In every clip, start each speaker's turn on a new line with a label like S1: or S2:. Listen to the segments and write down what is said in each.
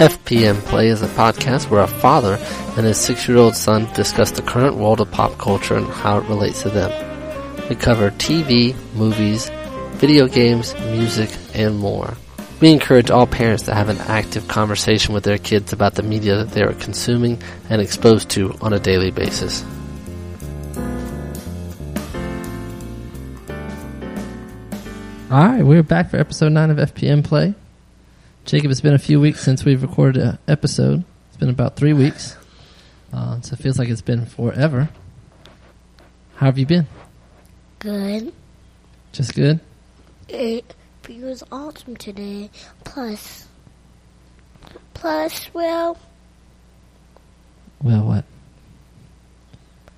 S1: FPM Play is a podcast where a father and his six year old son discuss the current world of pop culture and how it relates to them. We cover TV, movies, video games, music, and more. We encourage all parents to have an active conversation with their kids about the media that they are consuming and exposed to on a daily basis. All right, we're back for episode nine of FPM Play. Jacob, it's been a few weeks since we've recorded an episode. It's been about three weeks, uh, so it feels like it's been forever. How have you been?
S2: Good.
S1: Just good.
S2: It was awesome today. Plus, plus, well,
S1: Well, what?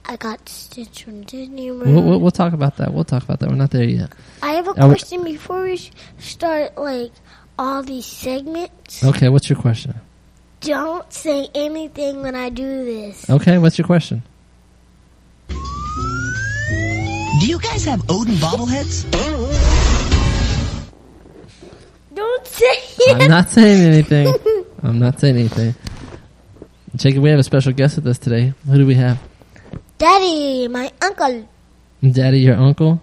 S2: I got Stitch from Disney World.
S1: We'll, we'll, we'll talk about that. We'll talk about that. We're not there yet.
S2: I have a
S1: I would-
S2: question before we sh- start, like, all these segments.
S1: Okay, what's your question?
S2: Don't say anything when I do this.
S1: Okay, what's your question?
S3: Do you guys have Odin bobbleheads?
S2: Don't say
S1: I'm
S2: it.
S1: not saying anything. I'm not saying anything. Jacob, we have a special guest with us today. Who do we have?
S2: Daddy, my uncle.
S1: Daddy, your uncle?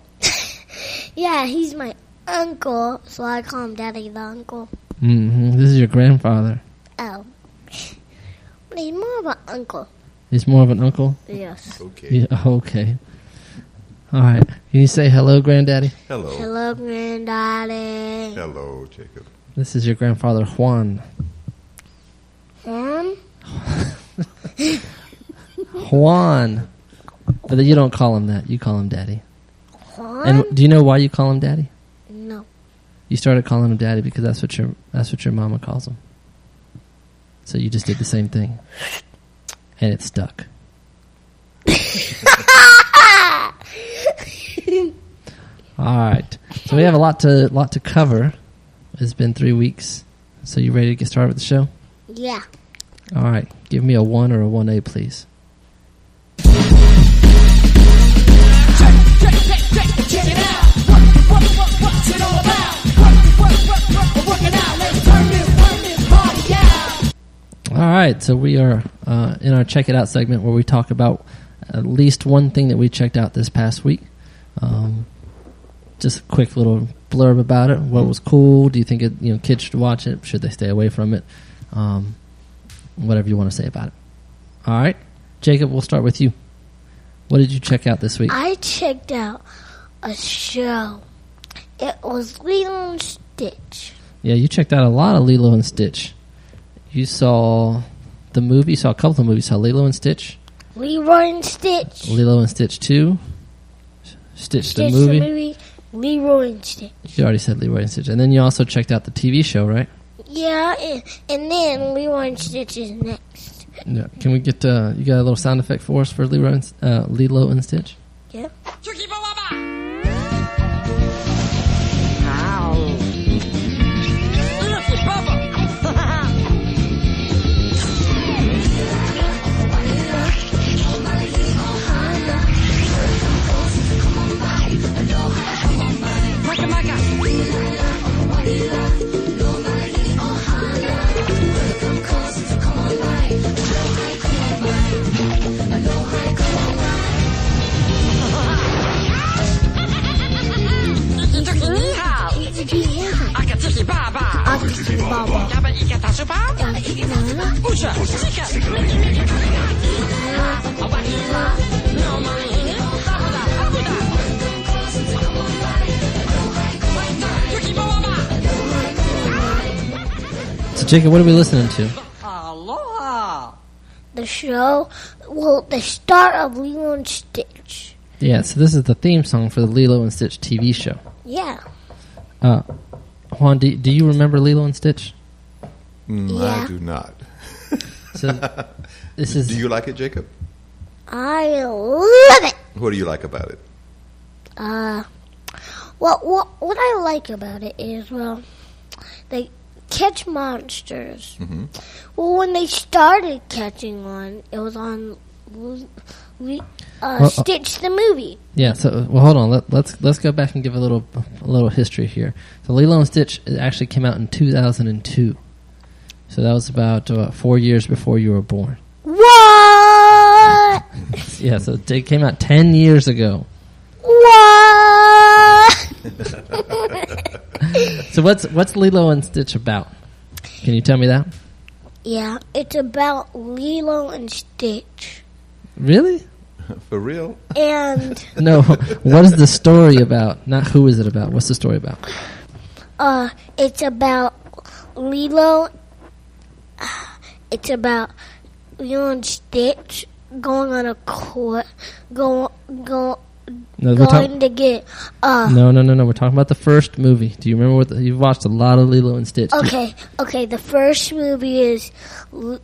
S2: Yeah, he's my uncle, so I call him Daddy the uncle.
S1: hmm This is your grandfather.
S2: Oh. But he's more of an uncle.
S1: He's more of an uncle?
S2: Yes.
S1: Yeah, okay. All right. Can you say hello, granddaddy?
S4: Hello.
S2: Hello,
S4: Hello,
S2: granddaddy.
S4: Jacob.
S1: This is your grandfather, Juan.
S2: Um,
S1: Juan. But you don't call him that. You call him daddy.
S2: Juan?
S1: And do you know why you call him daddy?
S2: no.
S1: You started calling him daddy because that's what your that's what your mama calls him. So you just did the same thing, and it stuck. All right, so we have a lot to lot to cover. It's been three weeks, so you ready to get started with the show?
S2: Yeah.
S1: All right, give me a one or a one A, please. All right, so we are uh, in our check it out segment where we talk about at least one thing that we checked out this past week. Um, just a quick little blurb about it. What was cool? Do you think it, you know kids should watch it? Should they stay away from it? Um, whatever you want to say about it. All right, Jacob, we'll start with you. What did you check out this week?
S2: I checked out a show. It was Lilo and Stitch.
S1: Yeah, you checked out a lot of Lilo and Stitch. You saw the movie. You saw a couple of the movies. You Saw Lilo and Stitch,
S2: Leroy and Stitch.
S1: Lilo and Stitch Two, Stitch,
S2: Stitch
S1: the movie.
S2: Leroy and Stitch.
S1: You already said Leroy and Stitch, and then you also checked out the TV show, right?
S2: Yeah, and, and then Leroy and Stitch is next.
S1: Yeah. Can we get uh, you got a little sound effect for us for Leroy and, uh, Lilo and Stitch?
S2: Yeah.
S1: So Jacob, what are we listening to?
S3: Aloha!
S2: The show, well, the start of Lilo and Stitch.
S1: Yeah, so this is the theme song for the Lilo and Stitch TV show.
S2: Yeah.
S1: Uh, Juan, do, do you remember Lilo and Stitch?
S4: Mm,
S2: Yeah.
S4: I do not.
S1: So this is
S4: Do you like it, Jacob?
S2: I love it.
S4: What do you like about it?
S2: Uh, well, what what I like about it is well, they catch monsters.
S4: Mhm.
S2: Well, when they started catching one, it was on L- re, uh,
S1: Well, uh,
S2: Stitch the movie.
S1: Yeah. So, well, hold on. Let, let's let's go back and give a little a little history here. So, Lilo and Stitch it actually came out in 2002. So that was about uh, four years before you were born.
S2: What?
S1: Yeah. So it came out ten years ago.
S2: What?
S1: So what's what's Lilo and Stitch about? Can you tell me that?
S2: yeah, it's about Lilo and Stitch.
S1: Really?
S4: For real?
S2: And
S1: No. what is the story about? Not who is it about? What's the story about?
S2: uh, it's about Lilo. It's about Lilo and Stitch going on a court, go, go,
S1: No, we're talk-
S2: going to get uh,
S1: no, no, no, no. We're talking about the first movie. Do you remember what the, you've watched? A lot of Lilo and Stitch.
S2: Okay, okay. The first movie is L-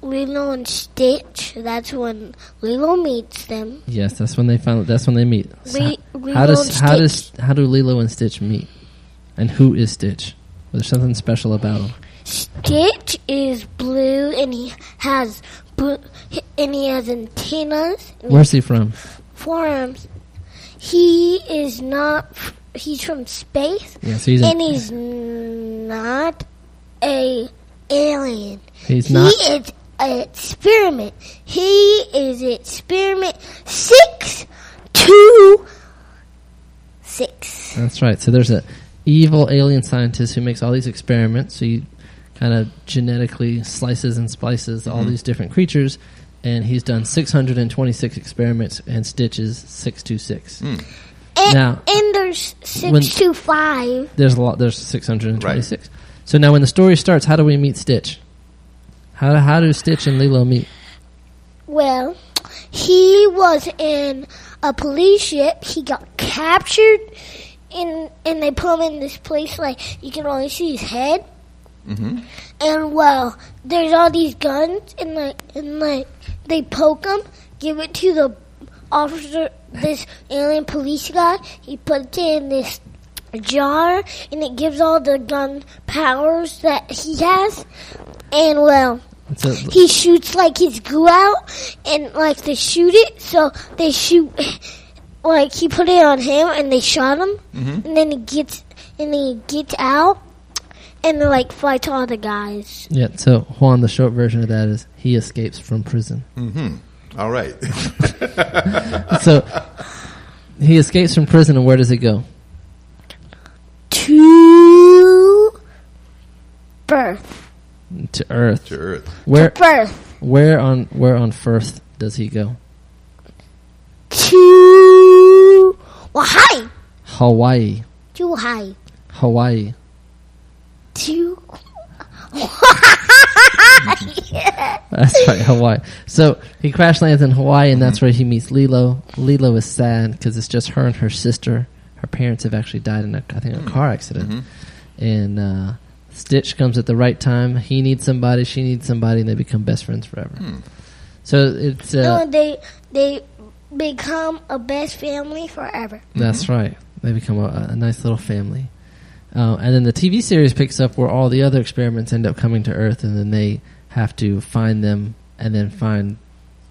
S2: Lilo and Stitch. That's when Lilo meets them.
S1: Yes, that's when they find. That's when they meet. So
S2: Le-
S1: h- how
S2: Lilo
S1: does
S2: and
S1: how
S2: Stitch.
S1: does how do Lilo and Stitch meet? And who is Stitch? There's something special about him.
S2: Stitch is blue, and he has blue, and he has antennas and
S1: Where's he from?
S2: forearms. He is not. f- He's from space,
S1: Yeah, so he's an-
S2: and he's not a alien.
S1: He's
S2: he
S1: not.
S2: is an experiment. He is experiment six two six.
S1: That's right. So there's a evil alien scientist who makes all these experiments. So he kind of genetically slices and splices all these different creatures, and he's done 626 experiments, and Stitch is 626.
S2: And,
S1: Now-
S2: and there's six
S1: When-
S2: two five.
S1: There's a lot. There's 626. So now, when the story starts, how do we meet Stitch? How do, how do Stitch and Lilo meet?
S2: Well, he was in a police ship. He got captured, and and they put him in this place like you can only see his head. And well, there's all these guns, and like and like they poke him, give it to the officer, this alien police guy. He puts it in this jar, and it gives all the gun powers that he has. And well,
S1: So,
S2: he shoots like his glue out and like they shoot it so they shoot like he put it on him and they shot him
S1: Mm-hmm.
S2: and then he gets and he gets out and like fights all the guys
S1: yeah. So Juan, the short version of that is he escapes from prison.
S4: All right.
S1: so he escapes from prison, and where does he go?
S2: to birth
S1: To Earth.
S4: to Earth.
S1: Where
S2: birth
S1: where on where on Firth does he go?
S2: to well hi
S1: Hawaii.
S2: to hi
S1: Hawaii.
S2: to
S1: That's right, Hawaii. So he crash lands in Hawaii, and that's where he meets Lilo. Lilo is sad because it's just her and her sister. Her parents have actually died in, a, I think, a car accident. And uh, Stitch comes at the right time. He needs somebody, she needs somebody, and they become best friends forever. So it's uh,
S2: no, they they become a best family forever
S1: that's right. They become a, a nice little family. Uh, and then the TV series picks up where all the other experiments end up coming to Earth, and then they have to find them and then find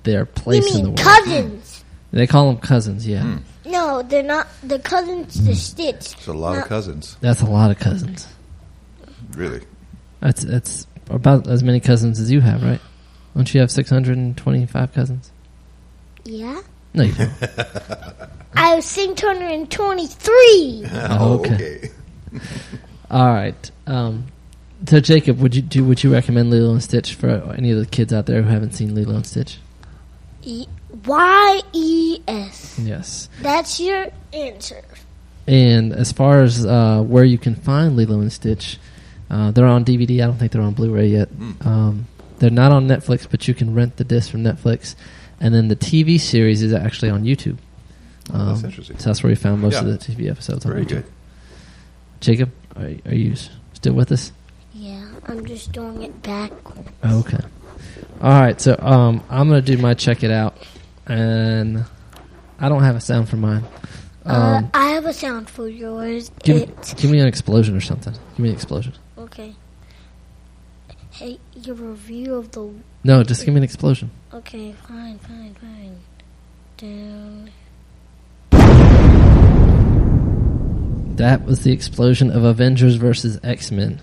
S1: their
S2: you
S1: place in the
S2: mean
S1: world.
S2: cousins
S1: They call them cousins, yeah.
S2: No, they're not. The cousins, the Stitch.
S4: It's a lot
S2: No.
S4: of cousins,
S1: That's a lot of cousins.
S4: really.
S1: That's that's about as many cousins as you have, right? Don't you have six hundred and twenty-five cousins?
S2: Yeah.
S1: No, you don't.
S2: I was 623.
S1: Oh, okay.
S4: okay.
S1: All right. Um, so, Jacob, would you do? Would you recommend Lilo and Stitch for any of the kids out there who haven't seen Lilo and Stitch?
S2: E- Y E S.
S1: Yes.
S2: That's your answer.
S1: And as far as uh, where you can find Lilo and Stitch, uh, they're on DVD. I don't think they're on Blu-ray yet.
S4: Hmm.
S1: Um, they're not on Netflix, but you can rent the disc from Netflix. And then the TV series is actually on YouTube. Um,
S4: Oh, that's interesting.
S1: So that's where we found most of
S4: Yeah.
S1: the TV episodes. on
S4: Very
S1: YouTube.
S4: good.
S1: Jacob, are, are you s- still with us?
S2: Yeah, I'm just doing it
S1: Um,
S2: backwards.
S1: Okay. All right. So um, I'm gonna do my check it out, and I don't have a sound for mine.
S2: uh,
S1: Um,
S2: I have a sound for yours.
S1: give, me-
S2: It's
S1: give me an explosion or something. Give me an explosion.
S2: okay. Hey, your review of the.
S1: No, just give me an explosion.
S2: Okay, fine, fine, fine. down.
S1: That was the explosion of Avengers versus X Men.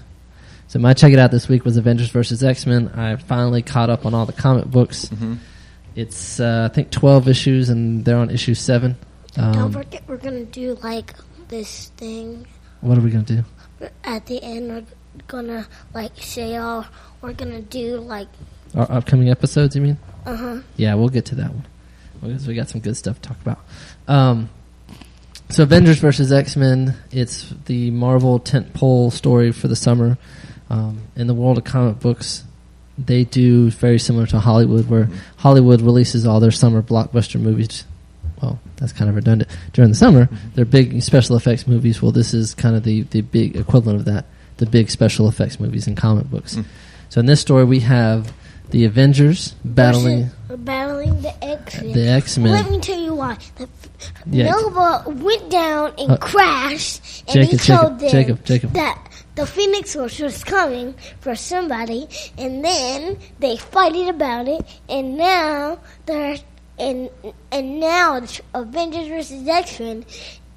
S1: So my check it out this week was Avengers versus X Men. I finally caught up on all the comic books. It's uh, I think twelve issues, and they're on issue seven.
S2: Don't
S1: Um,
S2: forget, we're gonna do like this thing
S1: what are we gonna do?
S2: at the end. We're gonna like say all. We're gonna do like
S1: Our upcoming episodes, you mean?
S2: uh huh.
S1: Yeah, we'll get to that one because we got some good stuff to talk about. Um, so, Avengers versus X Men. It's the Marvel tentpole story for the summer. Um, in the world of comic books, they do very similar to Hollywood, where Hollywood releases all their summer blockbuster movies. Well, that's kind of redundant. During the summer, their big special effects movies. Well, this is kind of the, the big equivalent of that, the big special effects movies in comic books. So in this story, we have the Avengers battling
S2: Versus- we're battling the X
S1: the X
S2: Let
S1: Men.
S2: me tell you why. The,
S1: Yeah.
S2: Nova went down and
S1: Uh,
S2: crashed, and he
S1: Jacob, Jacob,
S2: told them
S1: Jacob, Jacob.
S2: that the Phoenix Force was coming for somebody, and then they fighted about it, and now they're and and now it's Avengers versus X Men.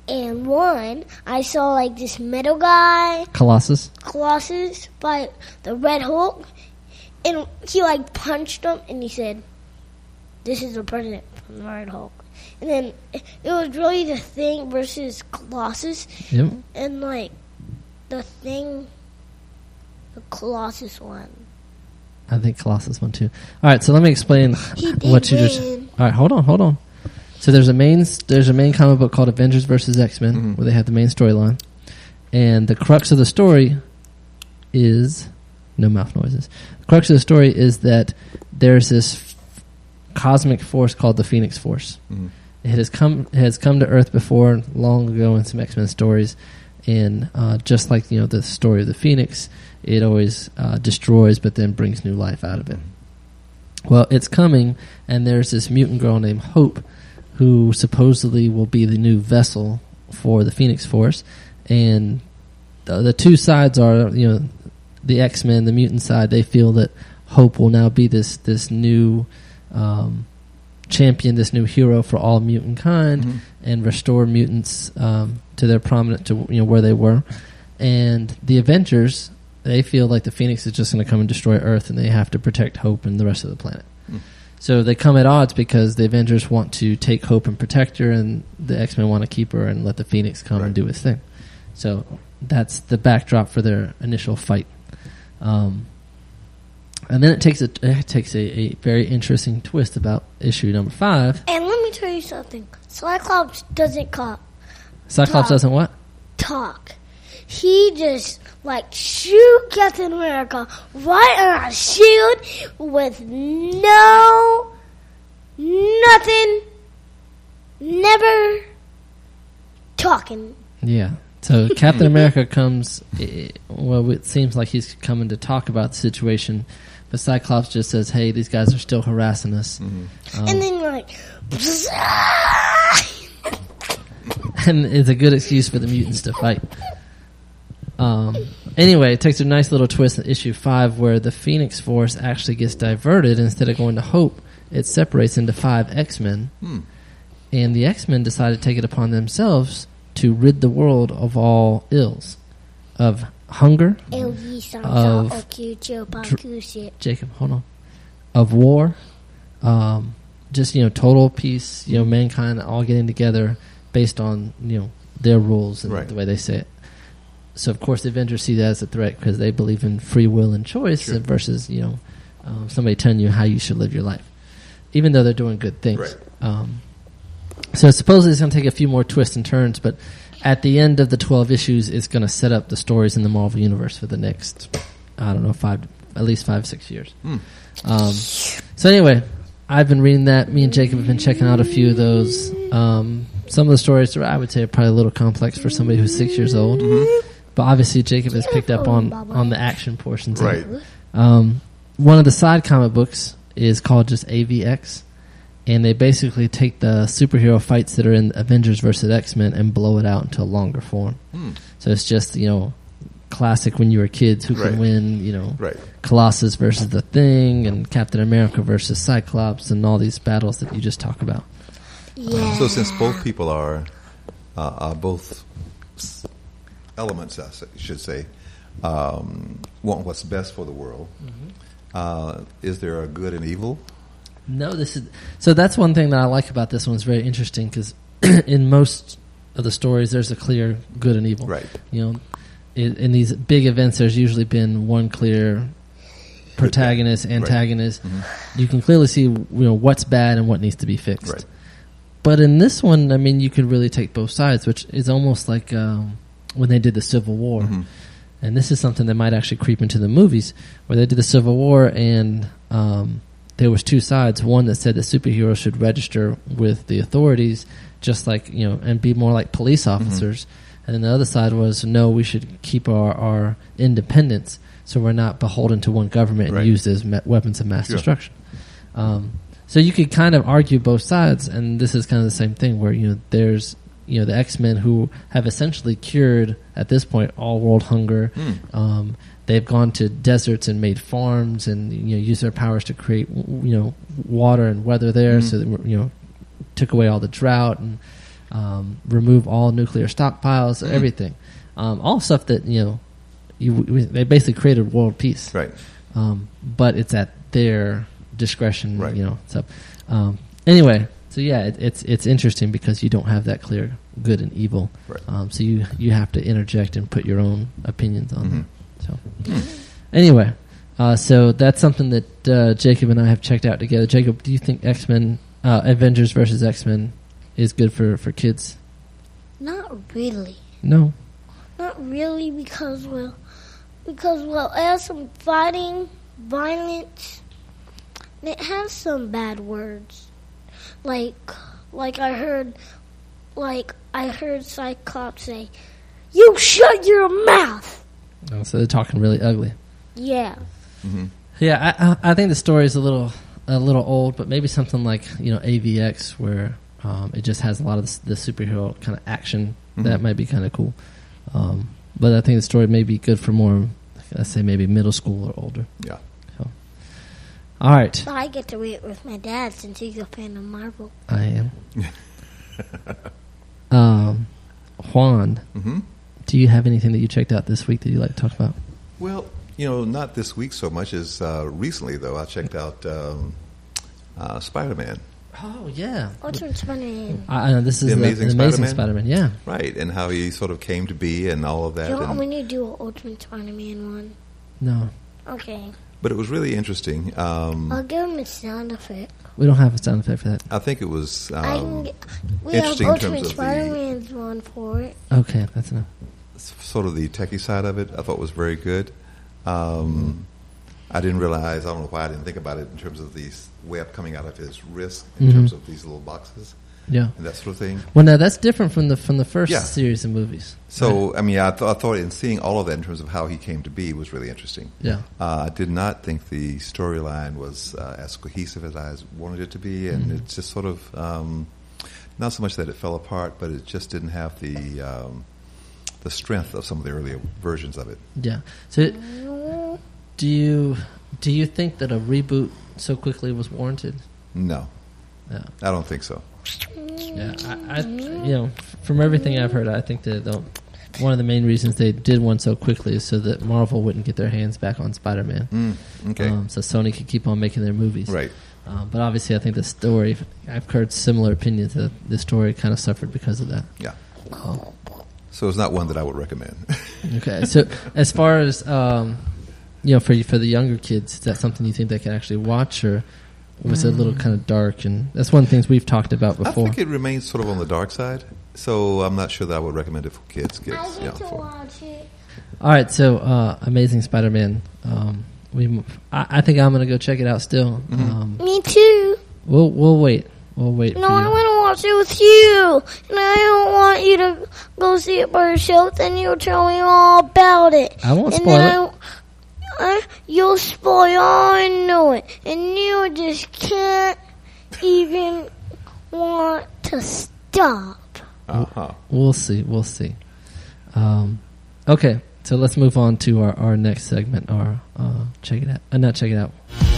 S2: And one, I saw like this metal guy,
S1: Colossus.
S2: Colossus, by the Red Hulk, and he like punched him, and he said, "This is a present from the Red Hulk." And then it was really the Thing versus Colossus,
S1: Yep.
S2: and like the Thing, the Colossus one.
S1: I think Colossus won too. All right, so let me explain
S2: He did
S1: what you just.
S2: win.
S1: All right, hold on, hold on. So there's a main s- there's a main comic book called Avengers versus X Men where they have the main storyline, and the crux of the story is no mouth noises. The crux of the story is that there's this f- cosmic force called the Phoenix Force. It has come it has come to Earth before long ago in some X Men stories, and uh, just like you know the story of the Phoenix, it always uh, destroys but then brings new life out of it. Well, it's coming, and there's this mutant girl named Hope who supposedly will be the new vessel for the Phoenix Force, and the, the two sides are you know the X Men, the mutant side. They feel that Hope will now be this this new um, champion, this new hero for all mutant kind, and restore mutants um, to their prominent to you know where they were. And the Avengers, they feel like the Phoenix is just going to come and destroy Earth, and they have to protect Hope and the rest of the planet. So they come at odds because the Avengers want to take Hope and protect her, and the X Men want to keep her and let the Phoenix come and
S4: Right.
S1: do his thing. So that's the backdrop for their initial fight. Um, and then it takes a it takes a, a very interesting twist about issue number five.
S2: And let me tell you something: Cyclops doesn't cop
S1: Cyclops
S2: Duh.
S1: doesn't what?
S2: talk. He just like shoot Captain America right on a shield with no nothing, never talking.
S1: Yeah. So Captain America comes. eh, Well, it seems like he's coming to talk about the situation, but Cyclops just says, "Hey, these guys are still harassing us."
S2: And then like,
S1: and it's a good excuse for the mutants to fight. Um, anyway, it takes a nice little twist in issue five where the Phoenix Force actually gets diverted. Instead of going to Hope, it separates into five X Men. And the X Men decide to take it upon themselves to rid the world of all ills of hunger,
S2: Elgi Sansa
S1: Of-
S2: Okucho Baku shit.
S1: Jacob, hold on, of war, um, just you know, total peace, you know, mankind all getting together based on you know their rules and
S4: Right.
S1: the way they say it. So of course, the Avengers see that as a threat because they believe in free will and choice
S4: Sure.
S1: versus you know um, somebody telling you how you should live your life, even though they're doing good things.
S4: Right.
S1: Um, so supposedly it's going to take a few more twists and turns, but at the end of the twelve issues, it's going to set up the stories in the Marvel universe for the next, I don't know, five at least five six years.
S4: Hmm.
S1: Um, so anyway, I've been reading that. Me and Jacob have been checking out a few of those. Um, some of the stories are, I would say are probably a little complex for somebody who's six years old,
S4: Mm-hmm.
S1: but obviously Jacob has picked up on on the action portions. of it.
S4: Right.
S1: Um, one of the side comic books is called just AVX, and they basically take the superhero fights that are in Avengers versus X Men and blow it out into a longer form.
S4: Hmm.
S1: So it's just you know classic when you were kids who
S4: Right.
S1: can win you know
S4: Right.
S1: Colossus versus the Thing and Captain America versus Cyclops and all these battles that you just talk about.
S2: Yeah.
S4: So since both people are, uh, are both s- elements, I s- should say, um, want what's best for the world,
S1: Mm-hmm.
S4: uh, is there a good and evil?
S1: No, this is so. That's one thing that I like about this one. It's very interesting because in most of the stories, there's a clear good and evil.
S4: Right.
S1: You know, in, in these big events, there's usually been one clear protagonist, antagonist. You can clearly see you know what's bad and what needs to be fixed.
S4: Mm-hmm. Right.
S1: But in this one, I mean, you could really take both sides, which is almost like um, when they did the Civil War.
S4: Mm-hmm.
S1: And this is something that might actually creep into the movies, where they did the Civil War, and um, there was two sides. One that said that superheroes should register with the authorities, just like you know, and be more like police
S4: Mm-hmm.
S1: officers. And then the other side was no, we should keep our, our independence, so we're not beholden to one government
S4: Right.
S1: and used as ma- weapons of mass
S4: Sure.
S1: destruction. Um, so you could kind of argue both sides, and this is kind of the same thing where you know there's you know the X Men who have essentially cured at this point all world hunger.
S4: Hmm.
S1: Um, they've gone to deserts and made farms, and you know use their powers to create you know water and weather there,
S4: Hmm.
S1: so that we're- you know took away all the drought and um, remove all nuclear stockpiles, everything, um, all stuff that you know you we- they basically created world peace
S4: Right.
S1: um, but it's at their discretion,
S4: Right.
S1: you know. So, um, anyway, so yeah, it, it's it's interesting because you don't have that clear good and evil,
S4: Right.
S1: um, so you you have to interject and put your own opinions
S4: Mm-hmm.
S1: on. That. So,
S4: Hmm.
S1: anyway, uh, so that's something that uh, Jacob and I have checked out together. Jacob, do you think X Men, uh, Avengers versus X Men, is good for for kids?
S2: Not really.
S1: No,
S2: Not really because well because well it has some fighting, violence and it has some bad words. Like like I heard like I heard Cyclops say, You shut your mouth
S1: Oh, so they're talking really ugly.
S2: Yeah.
S1: Yeah, I, I I think the story is a little a little old, but maybe something like you know AVX, where um, it just has a lot of the, s- the superhero kind of action
S4: Mm-hmm.
S1: that might be kind of cool. Um, but I think the story may be good for more, let's say maybe middle school or older.
S4: Yeah.
S1: All right,
S2: But I get to read it with my dad since he's a fan of Marvel.
S1: I am. um, Juan,
S4: Mhm.
S1: do you have anything that you checked out this week that you would like to talk about?
S4: Well, you know, not this week so much as uh, recently, though. I checked out um, uh, Spider Man,
S1: Oh yeah,
S2: What's on Spider-Man?
S1: I, I, this is
S4: The
S1: the,
S4: Amazing
S1: the Amazing
S4: Spider-Man?
S1: Spider-Man. Yeah,
S4: right, and how he sort of came to be and all of that.
S2: You know, what?
S4: and-
S2: we need to do an Ultimate Spider-Man one.
S1: no,
S2: Okay.
S4: but it was really interesting. Um,
S2: I'll give him a sound effect.
S1: we don't have a sound effect for that.
S4: I think it was.
S2: I can
S4: Um,
S2: get, we have
S4: interesting in terms
S2: Ultimate
S4: of the-
S2: Spider-Man's one for it.
S1: Okay, that's enough.
S4: s- sort of the techie side of it I thought was very good. Um, I didn't realize, I don't know why I didn't think about it in terms of these web coming out of his wrist in terms of these little boxes
S1: Yeah.
S4: and that sort of thing.
S1: Well, now that's different from the from the first
S4: Yeah.
S1: series of movies.
S4: So, I mean, I, th- I thought in seeing all of that in terms of how he came to be was really interesting.
S1: Yeah.
S4: Uh, I did not think the storyline was uh, as cohesive as I wanted it to be, and
S1: Mm-hmm.
S4: it's just sort of um, not so much that it fell apart, but it just didn't have the um, the strength of some of the earlier versions of it.
S1: Yeah. So, do you do you think that a reboot so quickly was warranted?
S4: No,
S1: Yeah.
S4: I don't think so.
S1: Yeah. I, I you know from everything I've heard, I think that the, one of the main reasons they did one so quickly is so that Marvel wouldn't get their hands back on Spider Man.
S4: Mm, okay,
S1: Um, so Sony could keep on making their movies.
S4: right.
S1: Um, but obviously, I think the story. I've heard similar opinions that the story kind of suffered because of that.
S4: Yeah.
S1: Oh.
S4: So it's not one that I would recommend.
S1: Okay, so as far as um, you know, for for the younger kids, is that something you think they can actually watch, or was it a little kind of dark? And that's one of the things we've talked about
S4: I
S1: before.
S4: think it remains sort of on the dark side, so I'm not sure that I would recommend it for kids. Kids, yeah, for,
S2: watch it.
S1: All right, so uh, Amazing Spider-Man. Um, we, m- I, I think I'm gonna go check it out. Still,
S4: Mm-hmm.
S1: um,
S2: Me too.
S1: we'll we'll wait. We'll wait.
S2: No,
S1: for
S2: I
S1: you.
S2: want to watch it with you. And I don't want you to go see it by yourself. Then you'll tell me all about it.
S1: I won't
S2: and
S1: spoil
S2: then
S1: it.
S2: I, I- you'll spoil all I know it. And you just can't even want to stop.
S4: uh-huh.
S1: We'll see. We'll see. Um, okay, so let's move on to our, our next segment. Our uh, check it out. Uh, not check it out.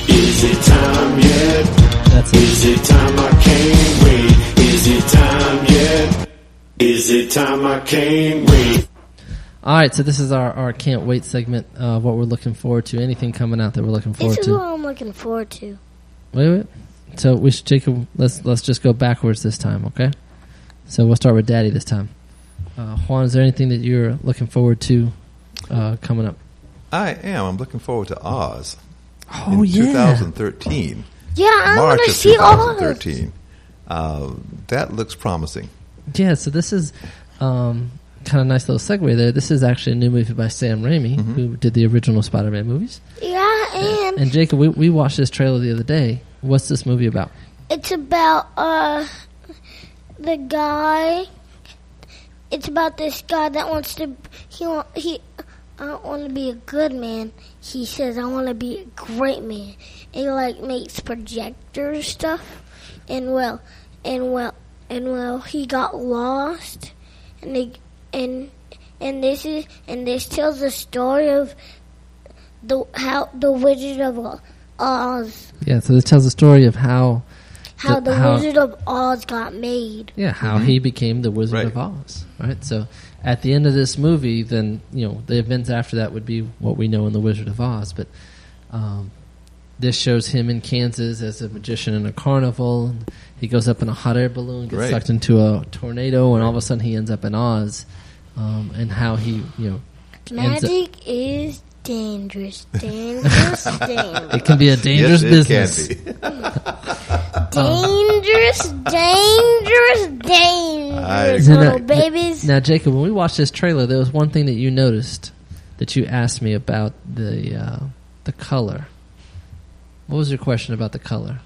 S5: Is it time yet?
S1: That's it.
S5: Is it time I can't wait? Is it time yet? Is it time I can't wait?
S1: All right, so this is our, our can't wait segment of what we're looking forward to. Anything coming out that we're looking forward
S2: This is
S1: to.
S2: what I'm looking forward to.
S1: Wait, wait. So we should take a let's let's just go backwards this time, okay? So we'll start with Daddy this time. Uh, Juan, is there anything that you're looking forward to uh, coming up?
S4: I am. I'm looking forward to Oz
S1: Oh
S4: in 2013.
S2: Yeah, I
S4: March
S2: want to
S4: of
S2: see all of them.
S4: 2013. Uh, that looks promising.
S1: Yeah. So this is um, kind of nice little segue there. This is actually a new movie by Sam Raimi, who did the original Spider-Man movies.
S2: Yeah, and
S1: And Jacob, we we watched this trailer the other day. What's this movie about?
S2: It's about uh the guy. It's about this guy that wants to he wa- he I don't want to be a good man. He says I want to be a great man. And he like makes projector stuff. And well, and well, and well, he got lost. And they, and and this is and this tells the story of the how the Wizard of Oz
S1: Yeah. So this tells the story of how
S2: how
S1: The-
S2: the,
S1: how-
S2: Wizard of Oz got made.
S1: Yeah, how he became the Wizard
S4: Mm-hmm. Right.
S1: of Oz. Right. So at the end of this movie, then you know the events after that would be what we know in the Wizard of Oz. But um, this shows him in Kansas as a magician in a carnival. And he goes up in a hot air balloon, gets
S4: Right.
S1: sucked into a tornado, and all of a sudden he ends up in Oz. Um, and how he you know ends up-
S2: Magic is dangerous, dangerous,
S1: Uh.
S2: dangerous,
S1: it can be a dangerous
S4: yes,
S1: business.
S4: It can be.
S2: dangerous, dangerous, dangerous,
S1: No, no,
S2: little
S1: no.
S2: babies.
S1: Now, Jacob, when we watched this trailer, there was one thing that you noticed that you asked me about the uh, the color. What was your question about the color?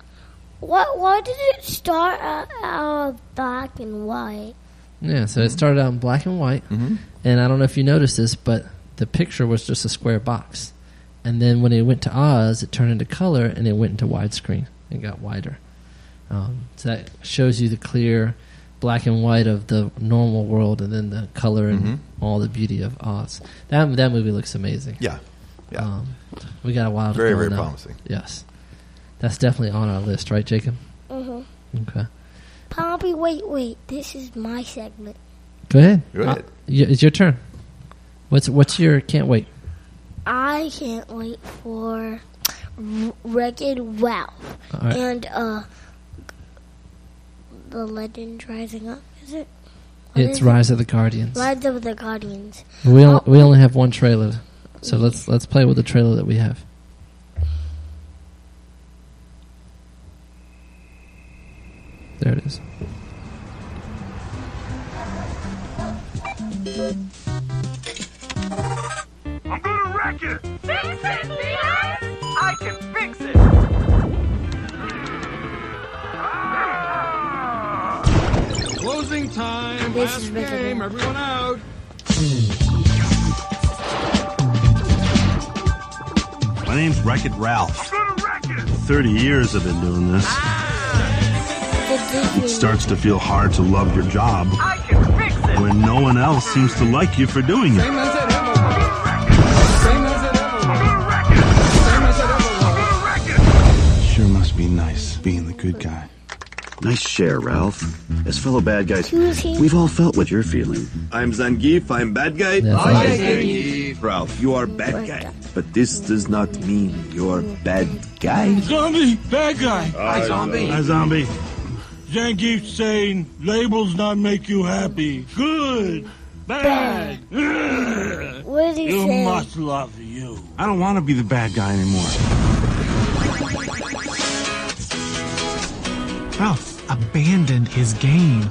S2: What? Why did it start out, out of black and white?
S1: Yeah, so it started out in black and white, and I don't know if you noticed this, but the picture was just a square box, and then when it went to Oz, it turned into color and it went into widescreen and got wider. Um, so that shows you the clear black and white of the normal world, and then the color and all the beauty of Oz. That that movie looks amazing.
S4: Yeah. Yeah.
S1: Um, we got a while. to
S4: Very,
S1: go
S4: very
S1: now.
S4: promising.
S1: Yes, that's definitely on our list, right, Jacob?
S2: Mhm.
S1: Okay,
S2: Pompey, wait, wait. This is my segment.
S1: go ahead.
S4: Go ahead.
S1: Uh, y- it's your turn. What's what's your can't wait?
S2: I can't wait for Wreck-It Ralph
S1: All right.
S2: and uh, the Legend Rising Up. Is it? What
S1: It's
S2: is it?
S1: Rise of the Guardians.
S2: Rise Oh. of the Guardians.
S1: We only, we only have one trailer, so let's let's play with the trailer that we have. There it is.
S6: I'm gonna wreck it! Fix it, Leon! I can fix it!
S7: Closing time.
S2: This
S7: Last
S2: is Rick and
S7: game.
S2: Morty.
S7: Everyone out.
S8: My name's Wreck It Ralph. 30 years I've been doing this.
S2: The Disney.
S8: Starts to feel hard to love your job
S6: I can fix it!
S8: when no one else seems to like you for doing it.
S7: Same as it ever was. Same as it ever was. Same as it ever was.
S8: Sure must be nice being the good guy.
S9: Nice share, Ralph. As fellow bad guys,
S2: Who's he?
S9: we've all felt what you're feeling. I'm Zangief, I'm bad guy.
S1: That's
S9: I'm
S1: right.
S9: Zangief. Ralph, you are bad guy. But this does not mean you're bad guy.
S10: Zombie, bad guy.
S8: Hi, zombie. Hi, zombie.
S10: Zangief saying labels not make you happy. Good, bad. Ugh.
S2: What did he
S10: You
S2: say?
S10: must love you.
S8: I don't want to be the bad guy anymore.
S11: Ralph abandoned his game.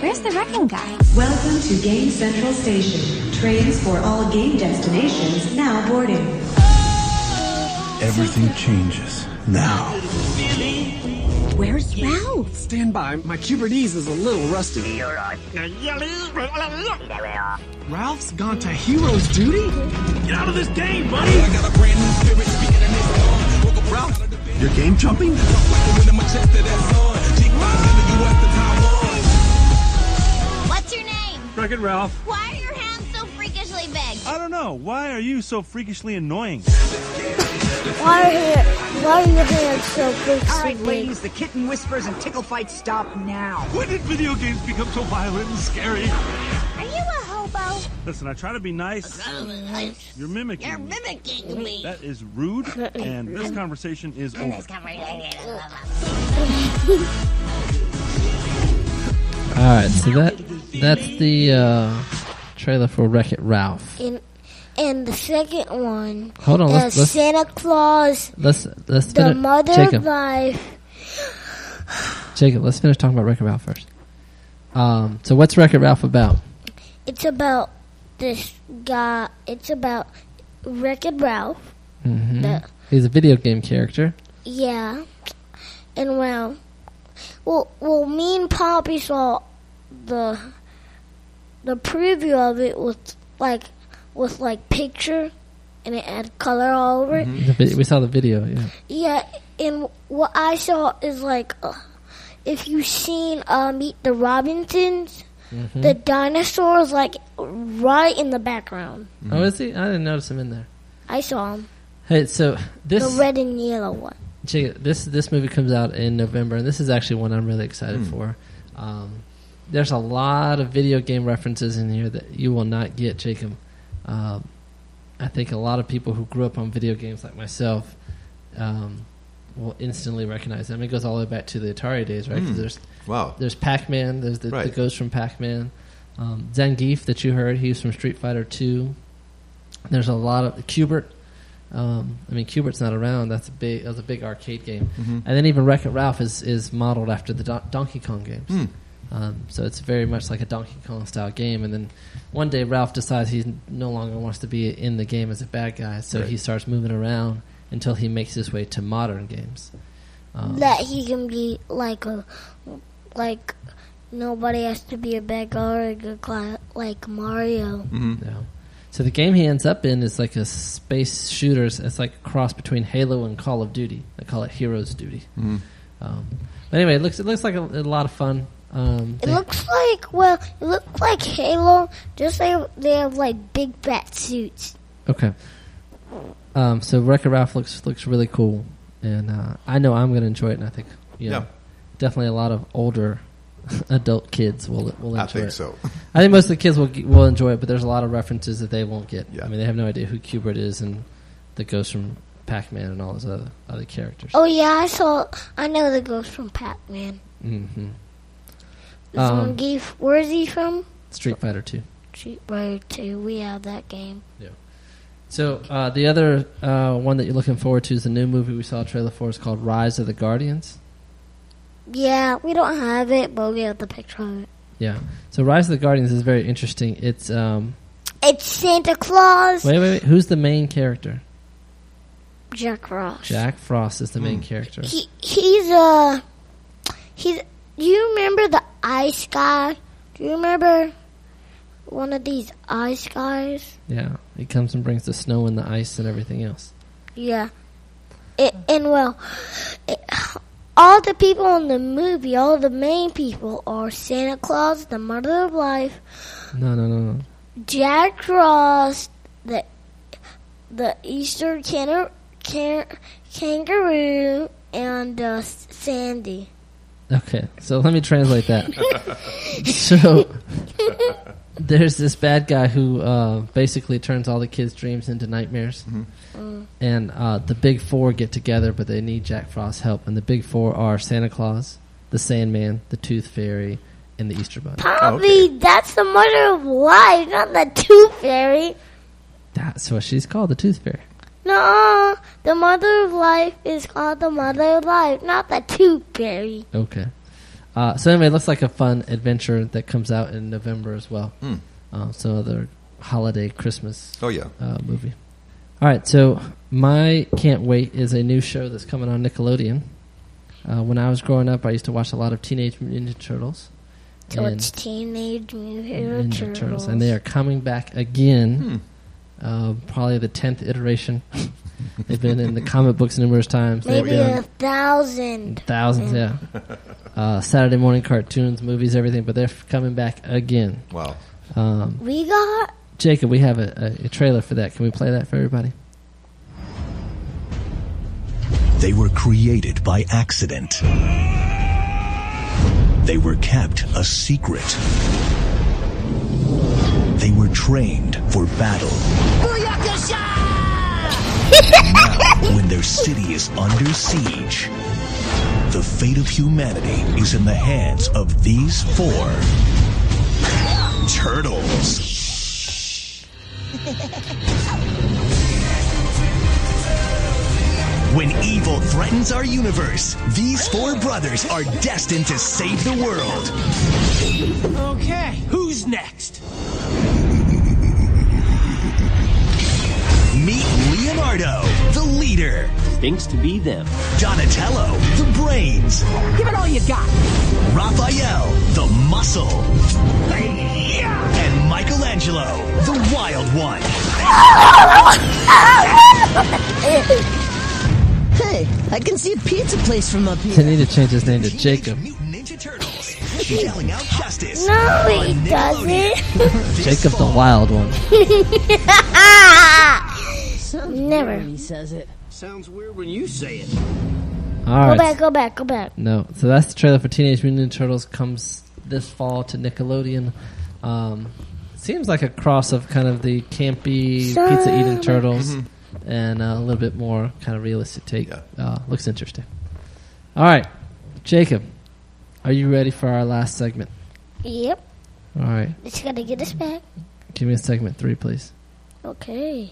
S12: Where's the wrecking guy?
S6: Welcome to Game Central Station. Trains for all game destinations now boarding.
S8: Everything changes now.
S12: Where's Ralph?
S7: Stand by. My Cubertese is a little rusty. Ralph's gone to hero's duty? Get out of this game, buddy!
S8: You're game jumping?
S12: What's your name?
S7: Wreck-It Ralph.
S12: Why are your hands so freakishly big?
S7: I don't know.
S8: know. Why are you so freakishly annoying?
S2: Why are, your- why are your hands so big?
S13: All right, ladies, the kitten whispers and tickle fights stop now.
S8: When did video games become so violent and scary?
S13: Are you a hobo?
S8: Listen, I try to be nice. You're mimicking.
S13: You're
S8: me.
S13: mimicking me.
S8: That is rude, and this conversation is over.
S1: All right, so that that's the uh, trailer for Wreck It Ralph.
S2: And, and the second one.
S1: Hold on, Oh, let's-
S2: is
S1: let's-
S2: Santa Claus,
S1: Let's let's
S2: the
S1: finish.
S2: mother
S1: Jacob,
S2: by
S1: Jacob, let's finish talking about Wreck It Ralph first. Um, so what's Wreck It Ralph about?
S2: It's about this guy. It's about Rick and Ralph.
S1: hmm
S2: The-
S1: He's a video game character.
S2: Yeah. And well, well, well, me and Poppy saw the the preview of it with like with like picture, and it had color all over it.
S1: The vi- we saw the video. Yeah.
S2: Yeah, and what I saw is like uh, if you've seen uh, Meet the Robinsons,
S1: Mhm.
S2: the dinosaurs like right in the background.
S1: Oh, is he? I didn't notice him in there.
S2: I saw them.
S1: Hey, so this
S2: the red and yellow one.
S1: Jacob, this this movie comes out in November, and this is actually one I'm really excited for. Um, there's a lot of video game references in here that you will not get, Jacob. Um, I think a lot of people who grew up on video games, like myself, um, will instantly recognize them. It goes all the way back to the Atari days, right? 'Cause
S4: Mm.
S1: There's
S4: Wow.
S1: there's Pac-Man. There's the, the
S4: Right.
S1: ghost from Pac-Man. Um, Zangief that you heard, he's from Street Fighter Two. There's a lot of Cubert. Um, I mean, Cubert's not around. That's a big. That was a big arcade game.
S4: Mhm.
S1: And then even Wreck It Ralph is is modeled after the Don- Donkey Kong games.
S4: Hmm.
S1: Um, so it's very much like a Donkey Kong style game. And then one day Ralph decides he no longer wants to be in the game as a bad guy, so
S4: Right.
S1: he starts moving around until he makes his way to modern games. Um,
S2: that he can be like a like nobody has to be a bad guy or a good guy like Mario.
S1: No. So the game he ends up in is like a space shooters. It's like a cross between Halo and Call of Duty. They call it Heroes Duty.
S4: Mhm.
S1: Um, but anyway, it looks it looks like a, a lot of fun. Um,
S2: It
S1: they-
S2: looks like well, it looks like Halo. Just they they have like big fat suits.
S1: okay. Um, so Wreck It Ralph looks looks really cool, and uh, I know I'm going to enjoy it. And I think you know,
S4: Yeah.
S1: definitely a lot of older adult kids will will enjoy
S4: I think
S1: it.
S4: so.
S1: I think most of the kids will ge- will enjoy it, but there's a lot of references that they won't get.
S4: Yeah.
S1: I mean, they have no idea who Cubert is and the ghost from Pac-Man and all those other other characters.
S2: Oh yeah, I saw. I know the ghost from Pac Man.
S1: hmm Um,
S2: Zangief, where is he from?
S1: Street Fighter Two.
S2: Street Fighter Two. We have that game.
S1: So uh, the other uh, one that you're looking forward to is the new movie we saw a trailer for. is called Rise of the Guardians.
S2: Yeah, we don't have it, but we have the picture of it.
S1: Yeah. So Rise of the Guardians is very interesting. It's um,
S2: It's Santa Claus.
S1: wait, wait, wait. Who's the main character?
S2: Jack Ross.
S1: Jack Frost is the main character.
S2: He he's a he's. Do you remember the ice guy? Do you remember one of these ice guys?
S1: Yeah. He comes and brings the snow and the ice and everything else.
S2: Yeah. It, and well, it, all the people in the movie, all the main people are Santa Claus, the Mother of Life,
S1: No, no, no, no.
S2: Jack Frost, the the Easter can, can, kangaroo, and uh, Sandy.
S1: Okay, so let me translate that. so there's this bad guy who uh, basically turns all the kids' dreams into nightmares, and uh, the Big Four get together, but they need Jack Frost's help. And the Big Four are Santa Claus, the Sandman, the Tooth Fairy, and the Easter Bunny.
S2: Poppy, that's the Mother of Life, not the Tooth Fairy.
S1: That's what she's called, the Tooth Fairy.
S2: No, the Mother of Life is called the Mother of Life, not the Tooth Fairy.
S1: Okay. Uh, so anyway, it looks like a fun adventure that comes out in November as well.
S4: Mm.
S1: Uh, so another holiday Christmas
S4: Oh yeah.
S1: uh, movie. All right, so my can't wait is a new show that's coming on Nickelodeon. Uh, when I was growing up, I used to watch a lot of Teenage Mutant Ninja Turtles.
S2: So it's Teenage Mutant Ninja Turtles.
S1: and they are coming back again.
S4: Hmm.
S1: Uh, probably the tenth iteration. They've been in the comic books numerous times.
S2: Maybe Mm.
S1: They've
S2: a
S1: done
S2: thousand.
S1: thousands, yeah. Uh, Saturday morning cartoons, movies, everything. But they're f- coming back again.
S4: Wow.
S1: Um,
S2: We got
S1: Jacob, we have a, a, a trailer for that. Can we play that for everybody?
S14: They were created by accident. They were kept a secret. They were trained for battle. now, when their city is under siege, the fate of humanity is in the hands of these four turtles. When evil threatens our universe, these four brothers are destined to save the world.
S15: Okay, who's next?
S14: Meet Leonardo, the leader.
S16: Thinks to be them.
S14: Donatello, the brains.
S15: Give it all you got.
S14: Raphael, the muscle. And Michelangelo, the wild one.
S17: Hey, I can see a pizza place from up
S1: They need to change his name to Jacob.
S14: Yelling out justice.
S1: Oh,
S18: No, he doesn't.
S1: Jacob the Wild One.
S2: Ah!
S18: Never.
S19: He says it.
S15: Sounds weird when you say it.
S1: All
S18: Go
S1: right.
S18: back, go back, go back.
S1: No, so that's the trailer for Teenage Mutant Ninja Turtles comes this fall to Nickelodeon. Um, seems like a cross of kind of the campy pizza eating turtles
S4: Mhm.
S1: and uh, a little bit more kind of realistic take. Uh, looks interesting. All right, Jacob, are you ready for our last segment?
S18: Yep.
S1: All right,
S18: It's gonna get us back.
S1: give me a segment three, please.
S18: Okay.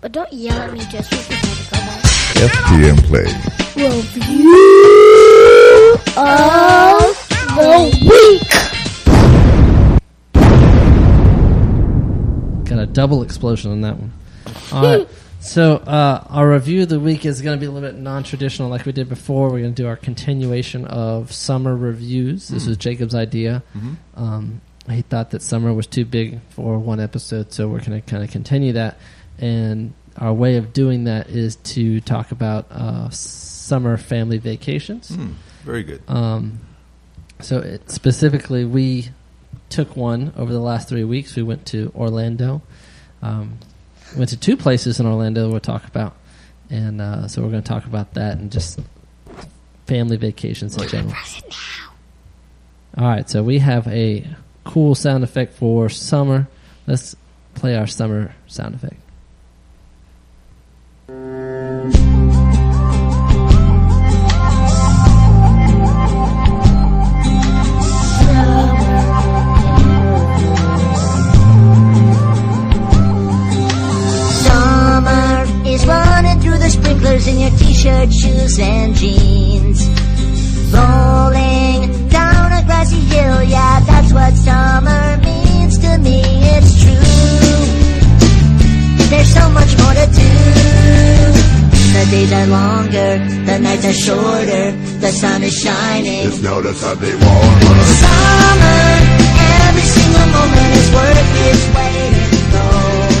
S18: But don't yell at me just because
S4: FTM play.
S18: Review
S1: Oh,
S18: of the week.
S1: Got a double explosion on that one. All right. So uh, our review of the week is going to be a little bit non-traditional, like we did before. We're going to do our continuation of summer reviews. This
S4: Mm.
S1: was Jacob's idea.
S4: Mhm.
S1: Um, he thought that summer was too big for one episode, so we're going to kind of continue that. And our way of doing that is to talk about uh, summer family vacations.
S4: Mm, very good.
S1: Um, so it, specifically, we took one over the last three weeks. We went to Orlando. Um, went to two places in Orlando. We'll talk about, and uh, so we're going to talk about that and just family vacations in general. All right, so we have a cool sound effect for summer. Let's play our summer sound effect.
S2: Summer is running through the sprinklers in your t-shirt, shoes, and jeans. Rolling down a grassy hill, yeah, that's what summer means to me. It's true. There's so much more to do. The days are longer, the nights are shorter, the sun is shining.
S20: It's noticeably warmer.
S2: Summer, every single moment is worth its weight in gold.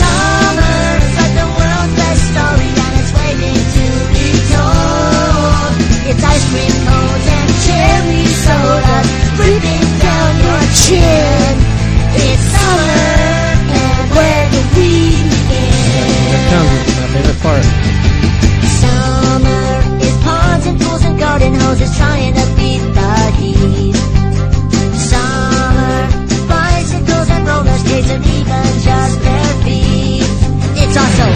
S2: Summer's like the world's best story, and it's waiting to be told. It's ice cream cones and cherry sodas dripping down your chin. It's summer, and where do we begin?
S1: Here comes my favorite part.
S2: Summer is ponds and pools and garden hoses trying to beat the heat. Summer, bicycles and roller skates and even just bare feet. It's also